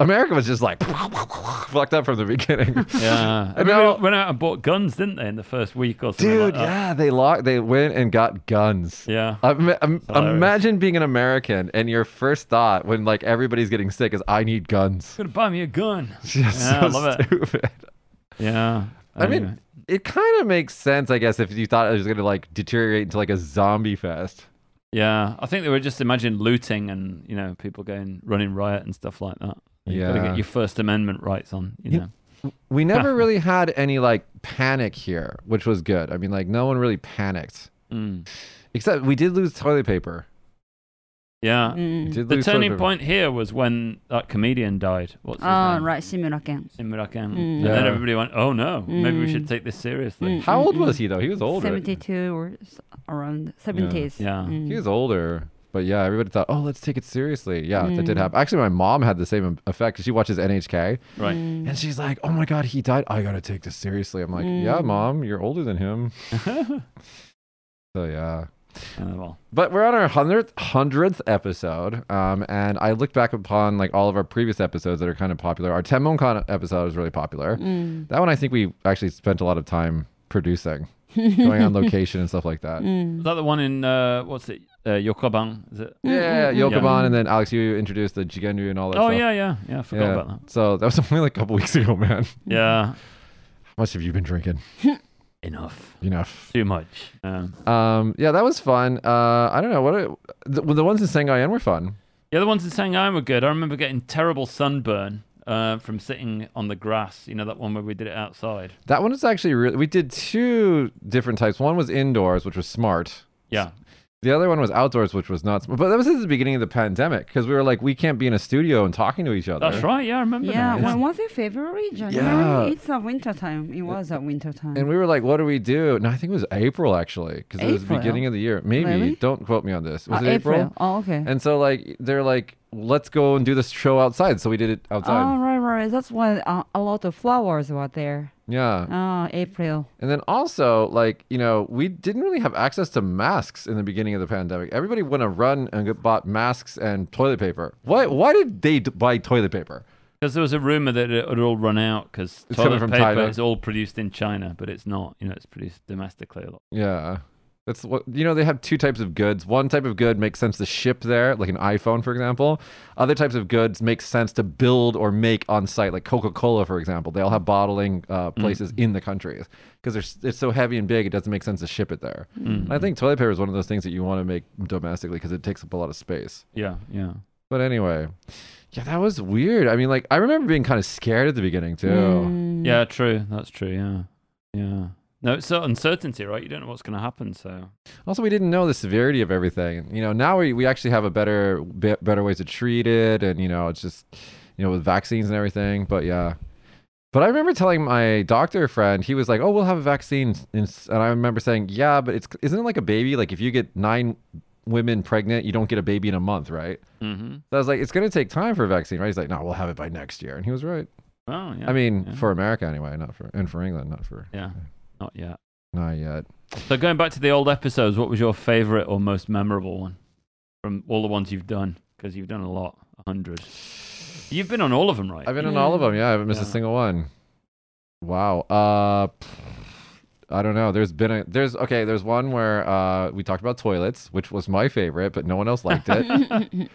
Speaker 1: America was just like [laughs] fucked up from the beginning. [laughs]
Speaker 3: Yeah.
Speaker 1: And
Speaker 3: Everybody
Speaker 1: now-
Speaker 3: went out and bought guns, didn't they, in the first week or something?
Speaker 1: Dude,
Speaker 3: like that.
Speaker 1: yeah, they locked. They went and got guns.
Speaker 3: Yeah.
Speaker 1: Um, um,
Speaker 3: Hilarious.
Speaker 1: imagine being an American and your first thought when like everybody's getting sick is I need guns. [laughs]
Speaker 3: Gonna buy me a gun.
Speaker 1: It's
Speaker 3: Yeah,
Speaker 1: Just
Speaker 3: I
Speaker 1: so
Speaker 3: love it.
Speaker 1: stupid. [laughs]
Speaker 3: Yeah. Um,
Speaker 1: I mean, it kind of makes sense, I guess, if you thought it was gonna like deteriorate into like a zombie fest.
Speaker 3: yeah. I think they were just imagine looting and you know people going running riot and stuff like that. You gotta
Speaker 1: Yeah.
Speaker 3: get your First Amendment rights on. You
Speaker 1: Yeah.
Speaker 3: know.
Speaker 1: We
Speaker 3: [laughs]
Speaker 1: never really had any like panic here, which was good. I mean, like no one really panicked,
Speaker 3: Mm.
Speaker 1: except we did lose toilet paper.
Speaker 3: Yeah.
Speaker 1: Uh, We
Speaker 2: Mm.
Speaker 1: did
Speaker 3: The
Speaker 1: lose toilet
Speaker 3: turning
Speaker 1: paper.
Speaker 3: point here was when that comedian died. What's his
Speaker 2: Ah,
Speaker 3: name?
Speaker 2: right, Shimuraken.
Speaker 3: Simurakan.
Speaker 2: Mm.
Speaker 3: And then
Speaker 1: Yeah.
Speaker 3: everybody went, "Oh no, maybe we should
Speaker 2: Mm.
Speaker 3: take this seriously."
Speaker 2: Mm.
Speaker 1: How old was he though? He was older.
Speaker 2: 72 or s- around 70s.
Speaker 3: Yeah.
Speaker 2: Mm.
Speaker 1: He was older, but yeah, everybody thought, oh, let's take it seriously. Yeah, that did
Speaker 2: Mm.
Speaker 1: happen. Actually, my mom had the same effect. 'cause She watches NHK,
Speaker 3: Right.
Speaker 2: Mm.
Speaker 1: and she's like, oh my god, he died. I gotta take this seriously. I'm like, yeah,
Speaker 2: Mm.
Speaker 1: mom, you're older than him.
Speaker 3: [laughs]
Speaker 1: So yeah.
Speaker 3: Uh, well,
Speaker 1: But we're on our hundredth hundredth episode, um, and I looked back upon like all of our previous episodes that are kind of popular. Our Tenmoncon episode is really popular.
Speaker 2: Mm.
Speaker 1: That one I think we actually spent a lot of time
Speaker 2: [laughs]
Speaker 1: producing, [laughs] going on location and stuff like that.
Speaker 3: is
Speaker 2: Mm.
Speaker 3: that the one in uh, what's it? Uh, Yokoban? Is it?
Speaker 1: Yeah,
Speaker 2: Mm, mm, mm.
Speaker 1: Yokoban, and then Alex, you introduced the Jigenryu and all that
Speaker 3: Oh
Speaker 1: stuff.
Speaker 3: yeah, yeah, yeah. I forgot about that.
Speaker 1: So that was [laughs] only like a couple weeks ago, man.
Speaker 3: Yeah.
Speaker 1: How much have you been drinking?
Speaker 2: Mm.
Speaker 3: Enough.
Speaker 1: Enough.
Speaker 3: Too much. Um,
Speaker 1: Um, yeah, that was fun. Uh, I don't know what are, the, the ones in Sangayen were fun.
Speaker 3: the other ones in Shanghai were good. I remember getting terrible sunburn uh, from sitting on the grass. You know that one where we did it outside.
Speaker 1: That one is actually really. We did two different types. One was indoors, which was smart.
Speaker 3: Yeah.
Speaker 1: The other one was outdoors, which was not. sm- But that was at the beginning of the pandemic because we were like, we can't be in a studio and talking to each other.
Speaker 3: That's right. Yeah, I remember.
Speaker 2: Yeah,
Speaker 3: now.
Speaker 2: when was it? February, January?
Speaker 1: Yeah.
Speaker 2: It's a winter time. It was a winter time.
Speaker 1: And we were like, what do we do? No, I think it was April actually because it was the
Speaker 2: April?
Speaker 1: beginning of the year. Maybe
Speaker 2: Really?
Speaker 1: don't quote me on this. Was
Speaker 2: Uh,
Speaker 1: it April?
Speaker 2: Oh, okay.
Speaker 1: And so like they're like, let's go and do this show outside. So we did it outside.
Speaker 2: Oh, right, right. That's why uh, a lot of flowers were there.
Speaker 1: yeah.
Speaker 2: Oh, April.
Speaker 1: And then also, like, you know, we didn't really have access to masks in the beginning of the pandemic. Everybody went to run and got, bought masks and toilet paper. Why, why did they d- buy toilet paper?
Speaker 3: Because there was a rumor that it had all run out because
Speaker 1: It's coming
Speaker 3: toilet
Speaker 1: from
Speaker 3: paper
Speaker 1: China.
Speaker 3: is all produced in China, but it's not. You know, it's produced domestically a lot.
Speaker 1: Yeah. That's what, you know, they have two types of goods. One type of good makes sense to ship there, like an iPhone, for example. Other types of goods make sense to build or make on site, like Coca Cola, for example. They all have bottling uh, places in the countries because it's so heavy and big, it doesn't make sense to ship it there.
Speaker 3: Mm.
Speaker 1: And I think toilet paper is one of those things that you want to make domestically because it takes up a lot of space.
Speaker 3: Yeah, yeah.
Speaker 1: But anyway, yeah, that was weird. I mean, like, I remember being kind of scared at the beginning too.
Speaker 2: Mm.
Speaker 3: Yeah, true. That's true. Yeah. Yeah. No, it's so uncertainty, right? You don't know what's going to happen. So,
Speaker 1: Also, we didn't know the severity of everything. You know, now we, we actually have a better be, better ways to treat it, and you know, it's just you know with vaccines and everything. But yeah. But I remember telling my doctor friend, he was like, "Oh, we'll have a vaccine," and s- and I remember saying, "Yeah, but it's isn't it like a baby? Like if you get nine women pregnant, you don't get a baby in a month, right?"
Speaker 3: mm-hmm.
Speaker 1: So I was like, "It's going to take time for a vaccine, right?" He's like, "No, we'll have it by next year," and he was right.
Speaker 3: oh, yeah.
Speaker 1: I mean,
Speaker 3: yeah.
Speaker 1: for America anyway, not for and for England, not for
Speaker 3: yeah, not yet.
Speaker 1: not yet.
Speaker 3: So, going back to the old episodes, what was your favorite or most memorable one from all the ones you've done? Because you've done a lot, a hundred. You've been on all of them, right?
Speaker 1: I've been on all of them. Yeah, I haven't missed a
Speaker 3: Yeah.
Speaker 1: single one. Wow. Uh, I don't know. There's been a there's okay. There's one where uh we talked about toilets, which was my favorite, but no one else liked it.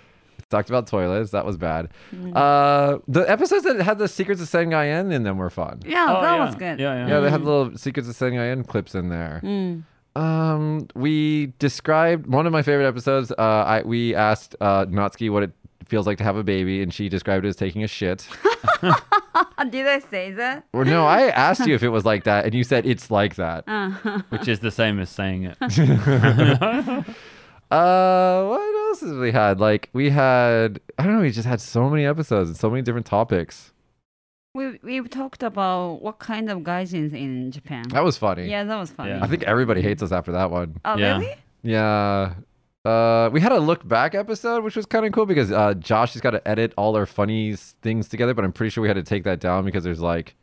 Speaker 1: talked about toilets. That was bad. Uh, the episodes that had the secrets of Sengai in them were fun.
Speaker 2: Yeah,
Speaker 3: Oh,
Speaker 2: that
Speaker 3: yeah.
Speaker 2: was good.
Speaker 3: Yeah, yeah.
Speaker 1: Yeah, they had little secrets of Sengai clips in there.
Speaker 2: Mm.
Speaker 1: Um, we described one of my favorite episodes. Uh, I we asked uh Natsuki what it feels like to have a baby, and she described it as taking a
Speaker 2: [laughs]
Speaker 1: shit.
Speaker 2: Uh, Did I say that? [laughs]
Speaker 1: or no, I asked you if it was like that, and you said it's like that.
Speaker 2: Uh,
Speaker 3: Which is the same as saying
Speaker 2: [laughs]
Speaker 3: it.
Speaker 1: [laughs]
Speaker 3: [laughs]
Speaker 1: Uh, what else has we had? Like we had, I don't know, we just had so many episodes and so many different topics.
Speaker 2: we we've talked about what kind of gaijins in Japan.
Speaker 1: That was funny.
Speaker 2: Yeah, that was funny.
Speaker 1: I
Speaker 3: Yeah.
Speaker 1: think everybody hates us after that one.
Speaker 2: Oh,
Speaker 3: Yeah.
Speaker 2: really?
Speaker 1: Yeah. Uh, we had a look back episode, which was kind of cool because uh, Josh has got to edit all our funny s- things together. But I'm pretty sure we had to take that down because there's like,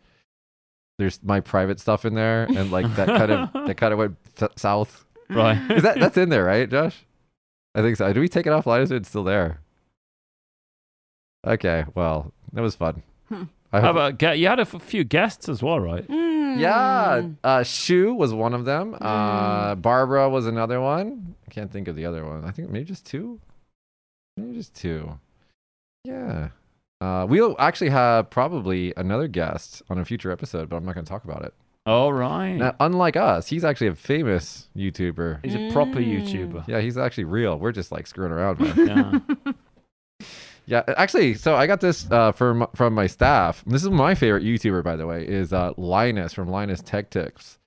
Speaker 1: there's my private stuff in there, and like that kind of that kind of went s- south.
Speaker 3: right.
Speaker 1: Is that that's in there, right, Josh? I think so. Do we take it offline? Is it still there? Okay. Well, that was fun.
Speaker 2: Hmm.
Speaker 1: I
Speaker 3: How
Speaker 1: hope
Speaker 3: about ge- you had a f- few guests as well, right?
Speaker 2: Mm.
Speaker 1: Yeah, uh, Shu was one of them. Uh, Barbara was another one. I can't think of the other one. I think maybe just two. Maybe just two. Yeah. Uh, we'll actually have probably another guest on a future episode, but I'm not going to talk about it.
Speaker 3: All Oh, right.
Speaker 1: Now, unlike us, he's actually a famous YouTuber.
Speaker 3: He's a proper
Speaker 2: Mm.
Speaker 1: [laughs]
Speaker 3: YouTuber.
Speaker 1: Yeah, he's actually real. We're just like screwing around. man.
Speaker 3: Yeah.
Speaker 1: Yeah, actually, so I got this uh, from from my staff. This is my favorite YouTuber, by the way, is uh, Linus from Linus Tech Tips.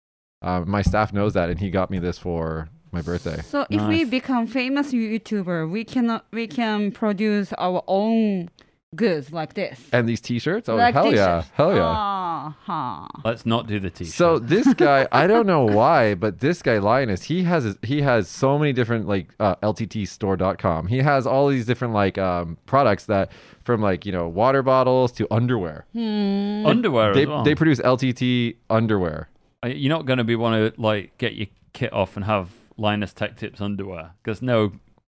Speaker 1: Uh, my staff knows that, and he got me this for my birthday.
Speaker 2: So if we
Speaker 3: Nice.
Speaker 2: become famous YouTuber, we cannot we can produce our own goods like this.
Speaker 1: And these T-shirts, oh
Speaker 2: like
Speaker 1: hell yeah,
Speaker 2: t-shirts.
Speaker 1: hell yeah.
Speaker 2: Uh-huh.
Speaker 3: Let's not do the t-shirt.
Speaker 1: So this guy, I don't know why, but this guy Linus, he has his- he has so many different like uh, lttstore.com. He has all these different like um, products that from like you know water bottles to underwear.
Speaker 2: Hmm.
Speaker 3: underwear
Speaker 1: They
Speaker 3: as well.
Speaker 1: they produce LTT underwear.
Speaker 3: Uh, You're not going to be want to like get your kit off and have Linus Tech Tips underwear because no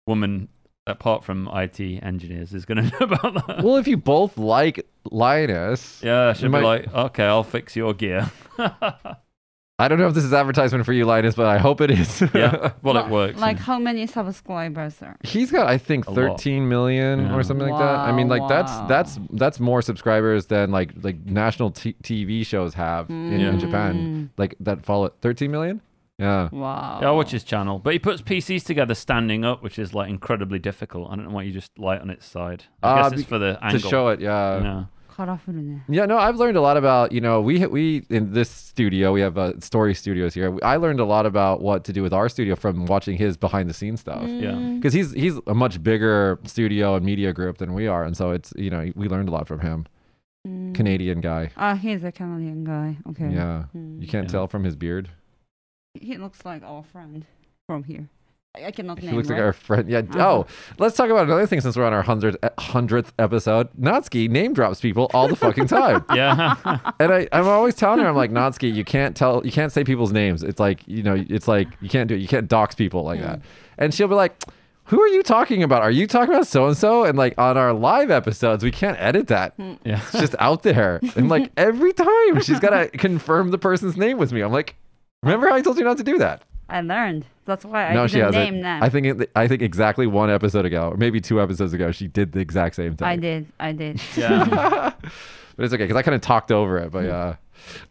Speaker 3: woman apart from IT engineers is going to [laughs] know about that.
Speaker 1: well, if you both like Linus,
Speaker 3: Yeah, she'll
Speaker 1: might-
Speaker 3: be like, okay, I'll fix your gear. [laughs]
Speaker 1: I don't know if this is advertisement for you, Linus, but I hope it is.
Speaker 3: [laughs] yeah, well, it works.
Speaker 2: Like how many subscribers are?
Speaker 1: [laughs] He's got, I think,
Speaker 3: A lot.
Speaker 1: thirteen million
Speaker 3: Yeah.
Speaker 1: or something like that. I mean,
Speaker 2: Wow,
Speaker 1: like
Speaker 2: wow.
Speaker 1: that's that's that's more subscribers than like like national t- TV shows have in, in
Speaker 2: Mm.
Speaker 3: Yeah.
Speaker 1: Japan. Like that follow thirteen million. Yeah,
Speaker 2: Wow.
Speaker 3: Yeah, I watch his channel, but he puts PCs together standing up, which is like incredibly difficult. I don't know why you just lie on its side. I
Speaker 1: Uh,
Speaker 3: guess
Speaker 1: be-
Speaker 3: it's for the
Speaker 1: to
Speaker 3: angle.
Speaker 1: show it. Yeah.
Speaker 3: Yeah.
Speaker 2: カラフルね。
Speaker 1: Yeah, no, I've learned a lot about you know we we in this studio we have uh, story studios here. I learned a lot about what to do with our studio from watching his behind the scenes stuff
Speaker 3: Yeah.
Speaker 2: Mm.
Speaker 1: because he's he's a much bigger studio and media group than we are, and so it's you know we learned a lot from him.
Speaker 2: Mm.
Speaker 1: Canadian guy,
Speaker 2: Ah, he's a Canadian guy. Okay.
Speaker 1: yeah,
Speaker 2: Mm.
Speaker 1: you can't
Speaker 3: Yeah.
Speaker 1: tell from his beard.
Speaker 2: He looks like our friend from here. I, I cannot
Speaker 1: He
Speaker 2: name.
Speaker 1: looks like
Speaker 2: right?
Speaker 1: our friend. Yeah.
Speaker 2: Uh-huh.
Speaker 1: Oh, let's talk about another thing since we're on our hundredth hundredth episode. Natsuki name drops people all the fucking
Speaker 3: [laughs]
Speaker 1: time.
Speaker 3: Yeah.
Speaker 1: and I, I'm always telling her, I'm like, Natsuki, you can't tell, you can't say people's names. It's like, you know, it's like you can't do it. You can't dox people like that. And she'll be like, who are you talking about? Are you talking about so and so? And like on our live episodes, we can't edit that.
Speaker 2: Mm.
Speaker 3: yeah.
Speaker 1: [laughs] It's just out there. And like every time she's
Speaker 2: [laughs]
Speaker 1: got to confirm the person's name with me. I'm like, remember how I told you not to do that?
Speaker 2: I learned. That's why I
Speaker 1: no,
Speaker 2: didn't
Speaker 1: she hasn't.
Speaker 2: name them.
Speaker 1: I think it, I think exactly one episode ago, or maybe two episodes ago, she did the exact same thing.
Speaker 2: I did. I did.
Speaker 3: [laughs]
Speaker 2: [laughs]
Speaker 3: Yeah.
Speaker 1: [laughs] but it's okay because I kind of talked over it. But uh,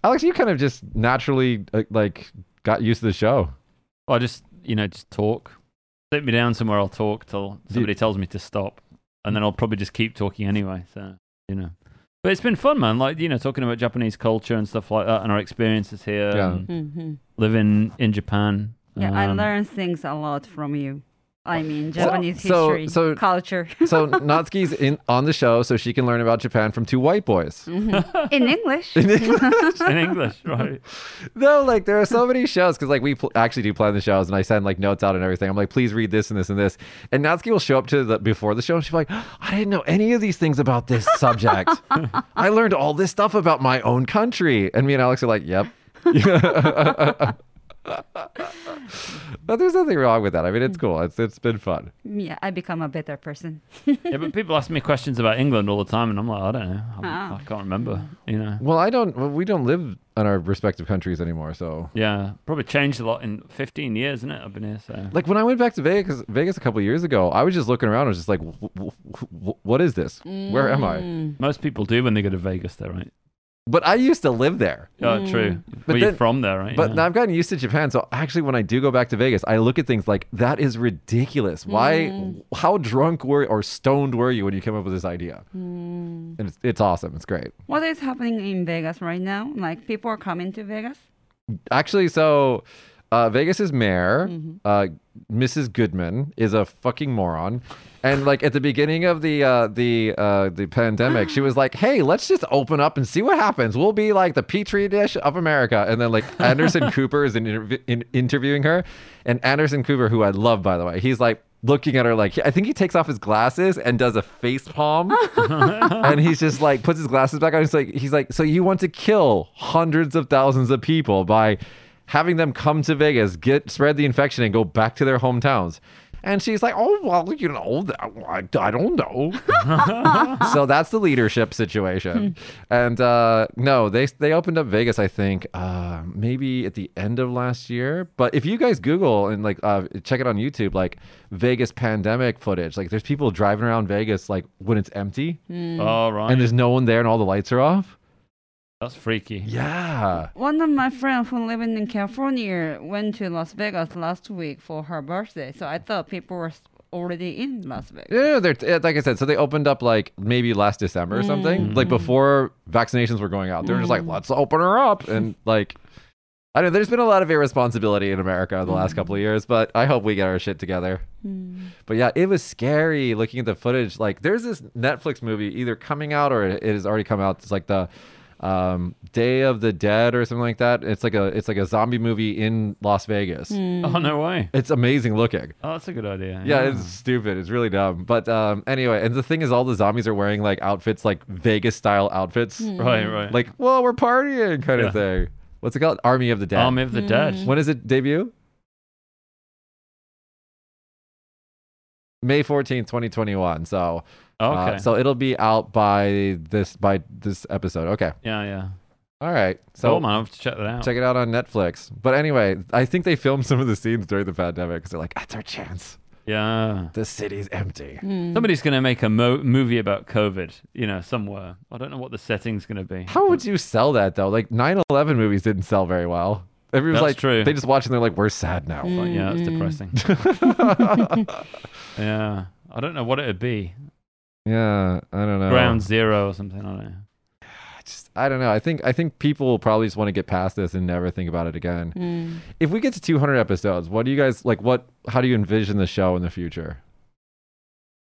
Speaker 1: Alex, you kind of just naturally uh, like got used to the show.
Speaker 3: Well, I just you know just talk. Sit me down somewhere. I'll talk till
Speaker 1: you-
Speaker 3: somebody tells me to stop, and then I'll probably just keep talking anyway. So you know, but it's been fun, man. Like you know, talking about Japanese culture and stuff like that, and our experiences here,
Speaker 1: Yeah.
Speaker 3: and
Speaker 2: hmm
Speaker 3: living in Japan.
Speaker 2: Yeah, I
Speaker 3: Um,
Speaker 2: learned things a lot from you. I mean,
Speaker 1: So-
Speaker 2: Japanese
Speaker 1: so-
Speaker 2: history,
Speaker 1: so-
Speaker 2: culture. [laughs]
Speaker 1: So Natsuki's in on the show so she can learn about Japan from two white boys.
Speaker 2: Mhm. In English.
Speaker 3: [laughs] in English, right?
Speaker 1: No, like there are so many shows because like we pl- actually do plan the shows and I send like notes out and everything. I'm like, please read this and this and this. And Natsuki will show up to the before the show and she's like, I didn't know any of these things about this subject. I learned all this stuff about my own country. And me and Alex are like, yep. [laughs] but there's nothing wrong with that. I mean, it's cool. It's it's been fun.
Speaker 2: [laughs] yeah, I become a better person.
Speaker 3: Yeah, but people ask me questions about England all the time, and I'm like, I don't know, I,
Speaker 2: Ah.
Speaker 3: I can't remember. You know,
Speaker 1: Well, I don't. Well, we don't live in our respective countries anymore, so
Speaker 3: yeah, probably changed a lot in 15 years, isn't it? I've been here, so
Speaker 1: Like when I went back to Vegas, Vegas a couple years ago, I was just looking around. I was just like, "Wh- wh- wh- "What is this? Where am I?"
Speaker 3: most people do when they go to Vegas, though, right?
Speaker 1: But I used to live there.
Speaker 3: Oh,
Speaker 2: Mm.
Speaker 3: true.
Speaker 1: But
Speaker 3: But you're
Speaker 1: then-
Speaker 3: from there, right?
Speaker 1: But
Speaker 3: Yeah.
Speaker 1: now I've gotten used to Japan. So actually, when I do go back to Vegas, I look at things like that is ridiculous. Why? How drunk were or stoned were you when you came up with this idea? And it's, it's awesome. It's great.
Speaker 2: What is happening in Vegas right now? Like, people are coming to Vegas?
Speaker 1: Actually, so uh, Vegas's mayor, uh, Mrs. Goodman, is a fucking moron. And like at the beginning of the uh, the uh, the pandemic, she was like, "Hey, let's just open up and see what happens. We'll be like the petri dish of America." And then like Anderson Cooper is in, in interviewing her, and Anderson Cooper, who I love by the way, he's like looking at her like I think he takes off his glasses and does a face palm, and he's just like puts his glasses back on. He's like he's like, "So you want to kill hundreds of thousands of people by having them come to Vegas, get spread the infection, and go back to their hometowns. And she's like, "Oh well, you know, th- I, I don't know." so that's the leadership situation. and uh, no, they they opened up Vegas, I think, uh, maybe at the end of last year. But if you guys Google and like uh, check it on YouTube, like Vegas pandemic footage, like there's people driving around Vegas like when it's empty
Speaker 2: Hmm.
Speaker 3: All Oh, right.
Speaker 1: and there's no one there and all the lights are off.
Speaker 3: That's freaky.
Speaker 1: Yeah.
Speaker 2: One of my friends who living in California went to Las Vegas last week for her birthday. So I thought people were s- already in Las Vegas.
Speaker 1: Yeah, they're yeah, like I said. So they opened up like maybe last December or something, like before vaccinations were going out. They were just like, let's open her up, and like, I don't know. There's been a lot of irresponsibility in America the last couple of years, but I hope we get our shit together. But yeah, it was scary looking at the footage. Like, there's this Netflix movie either coming out or it has already come out. It's like the um, Day of the Dead or something like that. It's like a it's like a zombie movie in Las Vegas.
Speaker 2: Mm. Hmm.
Speaker 3: Oh, no way.
Speaker 1: It's amazing looking.
Speaker 3: Oh, that's a good idea.
Speaker 1: Yeah, it's stupid. It's really dumb. But um, anyway, and the thing is, all the zombies are wearing like outfits, like Vegas style outfits,
Speaker 3: Right,
Speaker 1: [laughs]
Speaker 3: right.
Speaker 1: like "Well, we're partying" kind
Speaker 3: Yeah.
Speaker 1: of thing. What's it called? Army of the Dead.
Speaker 3: Army of the Dead.
Speaker 1: when does it debut? May fourteenth, twenty twenty one. So, uh,
Speaker 3: Okay.
Speaker 1: so it'll be out by this by this episode. Okay,
Speaker 3: yeah, yeah.
Speaker 1: all right.
Speaker 3: So,
Speaker 1: So
Speaker 3: man, I have to check that out.
Speaker 1: check it out on Netflix. But anyway, I think they filmed some of the scenes during the pandemic because they're like, "That's our chance.
Speaker 3: Yeah.
Speaker 1: The city's
Speaker 2: Hmm.
Speaker 1: empty."
Speaker 3: Somebody's going to make a mo- movie about COVID, you know, somewhere. I don't know what the setting's going to be.
Speaker 1: How would you sell that though? Like 9/11 movies didn't sell very well. Everyone's
Speaker 3: That's
Speaker 1: like,
Speaker 3: true.
Speaker 1: they just watch and they're like, we're sad now.
Speaker 3: But yeah, it's depressing. yeah. I don't know what it would be.
Speaker 1: [laughs] Yeah, I don't know. Uh.
Speaker 3: Ground Zero or something. I don't know.
Speaker 1: I don't know. I think I think people will probably just want to get past this and never think about it again.
Speaker 2: Hmm.
Speaker 1: If we get to 200 episodes, what do you guys like? What? How do you envision the show in the future?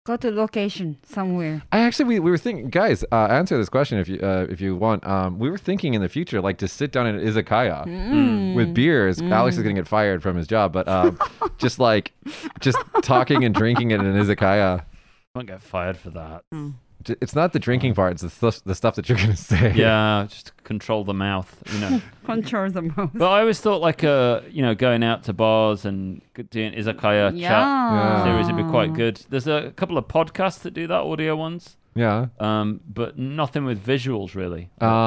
Speaker 2: Go to location somewhere.
Speaker 1: I actually we, we were thinking, guys, uh, answer this question if you uh, if you want. Um, we were thinking in the future, like to sit down at an
Speaker 2: Mm.
Speaker 1: izakaya Hmm, with beers. Alex is gonna get fired from his job, but um, [laughs] just like just talking and drinking at an izakaya.
Speaker 3: won't get fired
Speaker 1: [laughs]
Speaker 3: for that.
Speaker 1: J- It's not the drinking part; it's the stuff the stuff that you're gonna say.
Speaker 3: Yeah, just control the mouth, you know.
Speaker 2: Control the mouth.
Speaker 3: but I always thought like uh, you know, going out to bars and doing izakaya chat
Speaker 1: Yeah.
Speaker 3: series would be
Speaker 2: Ah.
Speaker 3: quite good. There's a couple of podcasts that do that, audio ones.
Speaker 1: [laughs] yeah.
Speaker 3: Um, but nothing with visuals really. I don't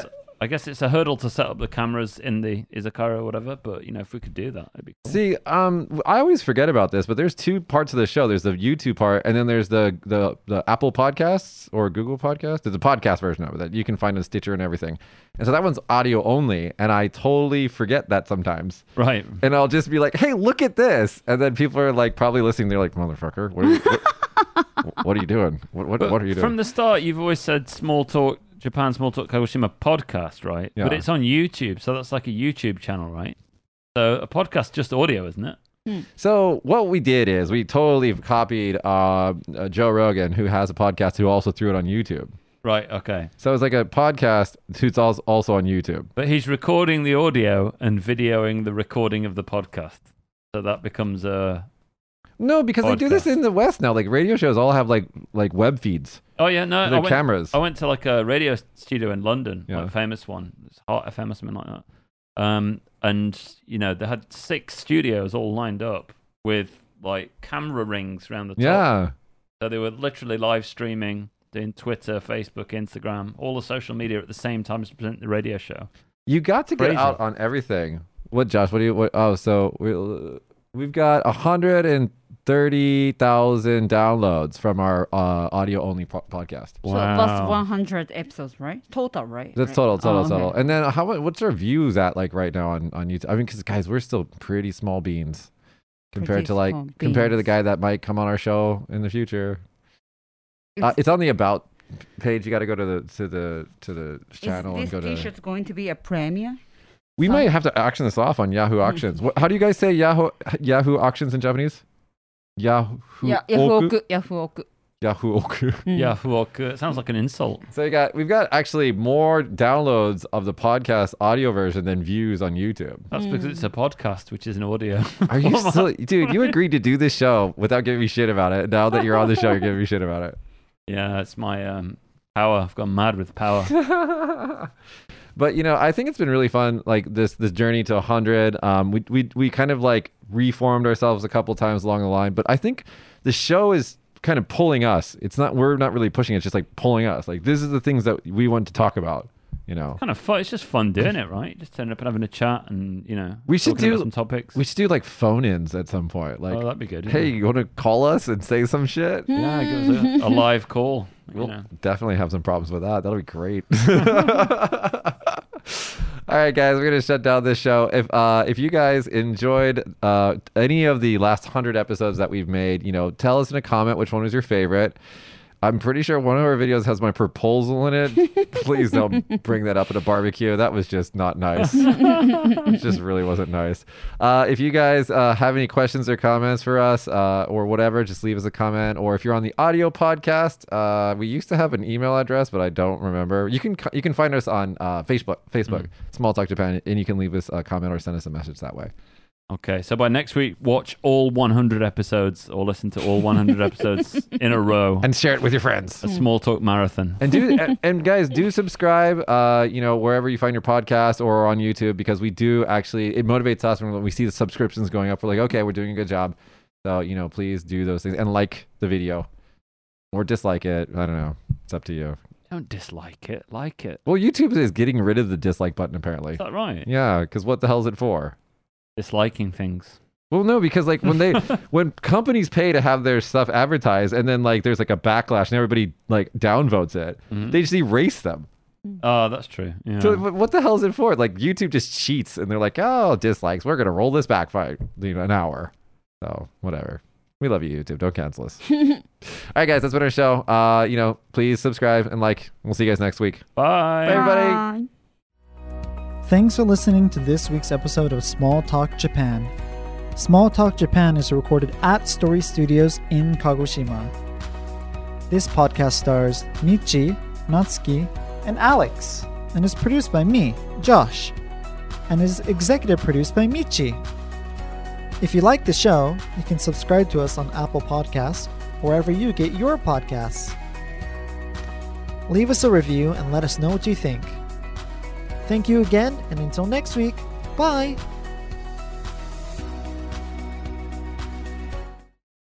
Speaker 1: Uh,
Speaker 3: 'Cause I guess it's a hurdle to set up the cameras in the izakaya or whatever, but you know, if we could do that, it'd be cool.
Speaker 1: See, um, w- I always forget about this, but there's two parts of the show. There's the YouTube part, and then there's the the, the Apple Podcasts or Google Podcasts. There's a podcast version of it that you can find on Stitcher and everything. And so that one's audio only, and I totally forget that sometimes.
Speaker 3: Right.
Speaker 1: And I'll just be like, "Hey, look at this!" And then people are like, probably listening. They're like, "Motherfucker, what are you, what, what are you doing? What what, what are you doing?"
Speaker 3: From the start, you've always said small talk Japan small talk Kagoshima podcast, right? But
Speaker 1: Yeah.
Speaker 3: it's on YouTube, so that's like a YouTube channel, right? So a podcast just audio, isn't it?
Speaker 1: So what we did is we totally copied uh, uh, Joe Rogan, who has a podcast, who also threw it on YouTube.
Speaker 3: Right. Okay.
Speaker 1: So it's like a podcast who's als- also on YouTube.
Speaker 3: But he's recording the audio and videoing the recording of the podcast, so that becomes a.
Speaker 1: No, because they do this
Speaker 3: Podcast.
Speaker 1: in the West now. Like radio shows all have like like web feeds,
Speaker 3: Oh yeah, no. I
Speaker 1: their
Speaker 3: went-
Speaker 1: cameras.
Speaker 3: I went to like a radio studio in London,
Speaker 1: Yeah.
Speaker 3: like a famous one. It's Heart FM or something like that. Um, and you know they had six studios all lined up with like camera rings around the top.
Speaker 1: yeah,
Speaker 3: So they were literally live streaming, doing Twitter, Facebook, Instagram, all the social media at the same time as presenting the radio show.
Speaker 1: you got to get
Speaker 3: Crazy.
Speaker 1: out on everything. What, Josh? What do you? What, oh, so we we've got hundred and thirty thousand downloads from our uh, audio only po- podcast.
Speaker 2: So that's 100 episodes, right? Total, right?
Speaker 1: That's
Speaker 2: Right.
Speaker 1: total, total,
Speaker 2: Oh, okay.
Speaker 1: total. And then how? mu- What's our views at like right now on on YouTube? I mean, because guys, we're still pretty small beans compared
Speaker 2: Pretty
Speaker 1: to like
Speaker 2: small
Speaker 1: compared to the
Speaker 2: beans.
Speaker 1: guy that might come on our show in the future. Uh,
Speaker 2: It's-
Speaker 1: it's on the about page. You got to go to the to the to the channel
Speaker 2: Is
Speaker 1: and
Speaker 2: this
Speaker 1: go to.
Speaker 2: T-shirt going to be a premium?
Speaker 1: We might have to auction this off on Yahoo Auctions. What, how do you guys say Yahoo Yahoo Auctions in Japanese? Yahoo
Speaker 2: Yeah, Hmm.
Speaker 1: Oku?
Speaker 2: Yahoo, Yahoo.
Speaker 1: Yahoo Oku. [laughs]
Speaker 3: Yeah, fuck, uh, it sounds like an insult.
Speaker 1: So we got we've got actually more downloads of the podcast audio version than views on YouTube.
Speaker 3: [laughs] That's because it's a podcast, which is an audio.
Speaker 1: Are
Speaker 3: [laughs]
Speaker 1: you still, dude? You agreed to do this show without giving me shit about it. Now that you're on the show, you're giving me shit about it.
Speaker 3: yeah, it's my um, power. I've gone mad with power.
Speaker 1: but you know, I think it's been really fun. Like this, this journey to 100. Um, we we we kind of like reformed ourselves a couple times along the line. But I think the show is kind of pulling us. It's not we're not really pushing. it, It's just like pulling us. Like this is the things that we want to talk about. You know,
Speaker 3: kind of fun. It's just fun doing it, right? Just turning up and having a chat, and you know,
Speaker 1: We should
Speaker 3: talking about
Speaker 1: do-
Speaker 3: some topics.
Speaker 1: we should do like phone-ins at some point. Like,
Speaker 3: oh, that'd be good. yeah.
Speaker 1: hey, you want to call us and say some shit?
Speaker 3: yeah, give us a, a live call. you
Speaker 1: We'll
Speaker 3: know.
Speaker 1: definitely have some problems with that. That'll be great. [laughs] All right, guys, we're gonna shut down this show. If uh, if you guys enjoyed uh, any of the last hundred episodes that we've made, you know, tell us in a comment which one was your favorite. I'm pretty sure one of our videos has my proposal in it. Please
Speaker 3: [laughs]
Speaker 1: don't bring that up at a barbecue. That was just not nice. it just really wasn't nice. Uh, if you guys uh, have any questions or comments for us uh, or whatever, just leave us a comment. Or if you're on the audio podcast, uh, we used to have an email address, but I don't remember. You can co- you can find us on uh, Facebook, Facebook, Small Talk Japan, and you can leave us a comment or send us a message that way.
Speaker 3: Okay, so by next week, watch all 100 episodes or listen to all 100 episodes in a row.
Speaker 1: And share it with your friends.
Speaker 3: a small talk marathon.
Speaker 1: And do and, and guys do subscribe, uh, you know, wherever you find your podcast or on YouTube because we do actually it motivates us when we see the subscriptions going up. We're like, okay, we're doing a good job. So you know, please do those things and like the video or dislike it. I don't know. It's up to you.
Speaker 3: Don't dislike it, like it.
Speaker 1: Well, YouTube is getting rid of the dislike button apparently.
Speaker 3: Is that right?
Speaker 1: Yeah, because what the hell is it for?
Speaker 3: Disliking things.
Speaker 1: Well, no, because like when they when companies pay to have their stuff advertised and then like there's like a backlash and everybody like downvotes it,
Speaker 3: Mhm.
Speaker 1: they just erase them.
Speaker 2: Hmm.
Speaker 3: Oh, that's true. Yeah.
Speaker 1: Mm-hmm. So wh- what the hell is it for? Like YouTube just cheats, and they're like, "Oh, dislikes. We're gonna roll this back by you know an hour." So whatever. We love you, YouTube. Don't cancel us. All right, guys, that's been our show. Uh, you know, please subscribe and like. We'll see you guys next week.
Speaker 3: Bye.
Speaker 1: Bye. everybody.
Speaker 2: Bye.
Speaker 4: Thanks for listening to this week's episode of Small Talk Japan. Small Talk Japan is recorded at Story Studios in Kagoshima. This podcast stars Michi, Natsuki, and Alex, and is produced by me, Josh, and is executive produced by Michi. If you like the show, you can subscribe to us on Apple Podcasts, wherever you get your podcasts. Leave us a review and let us know what you think. Thank you again, and until next week, bye!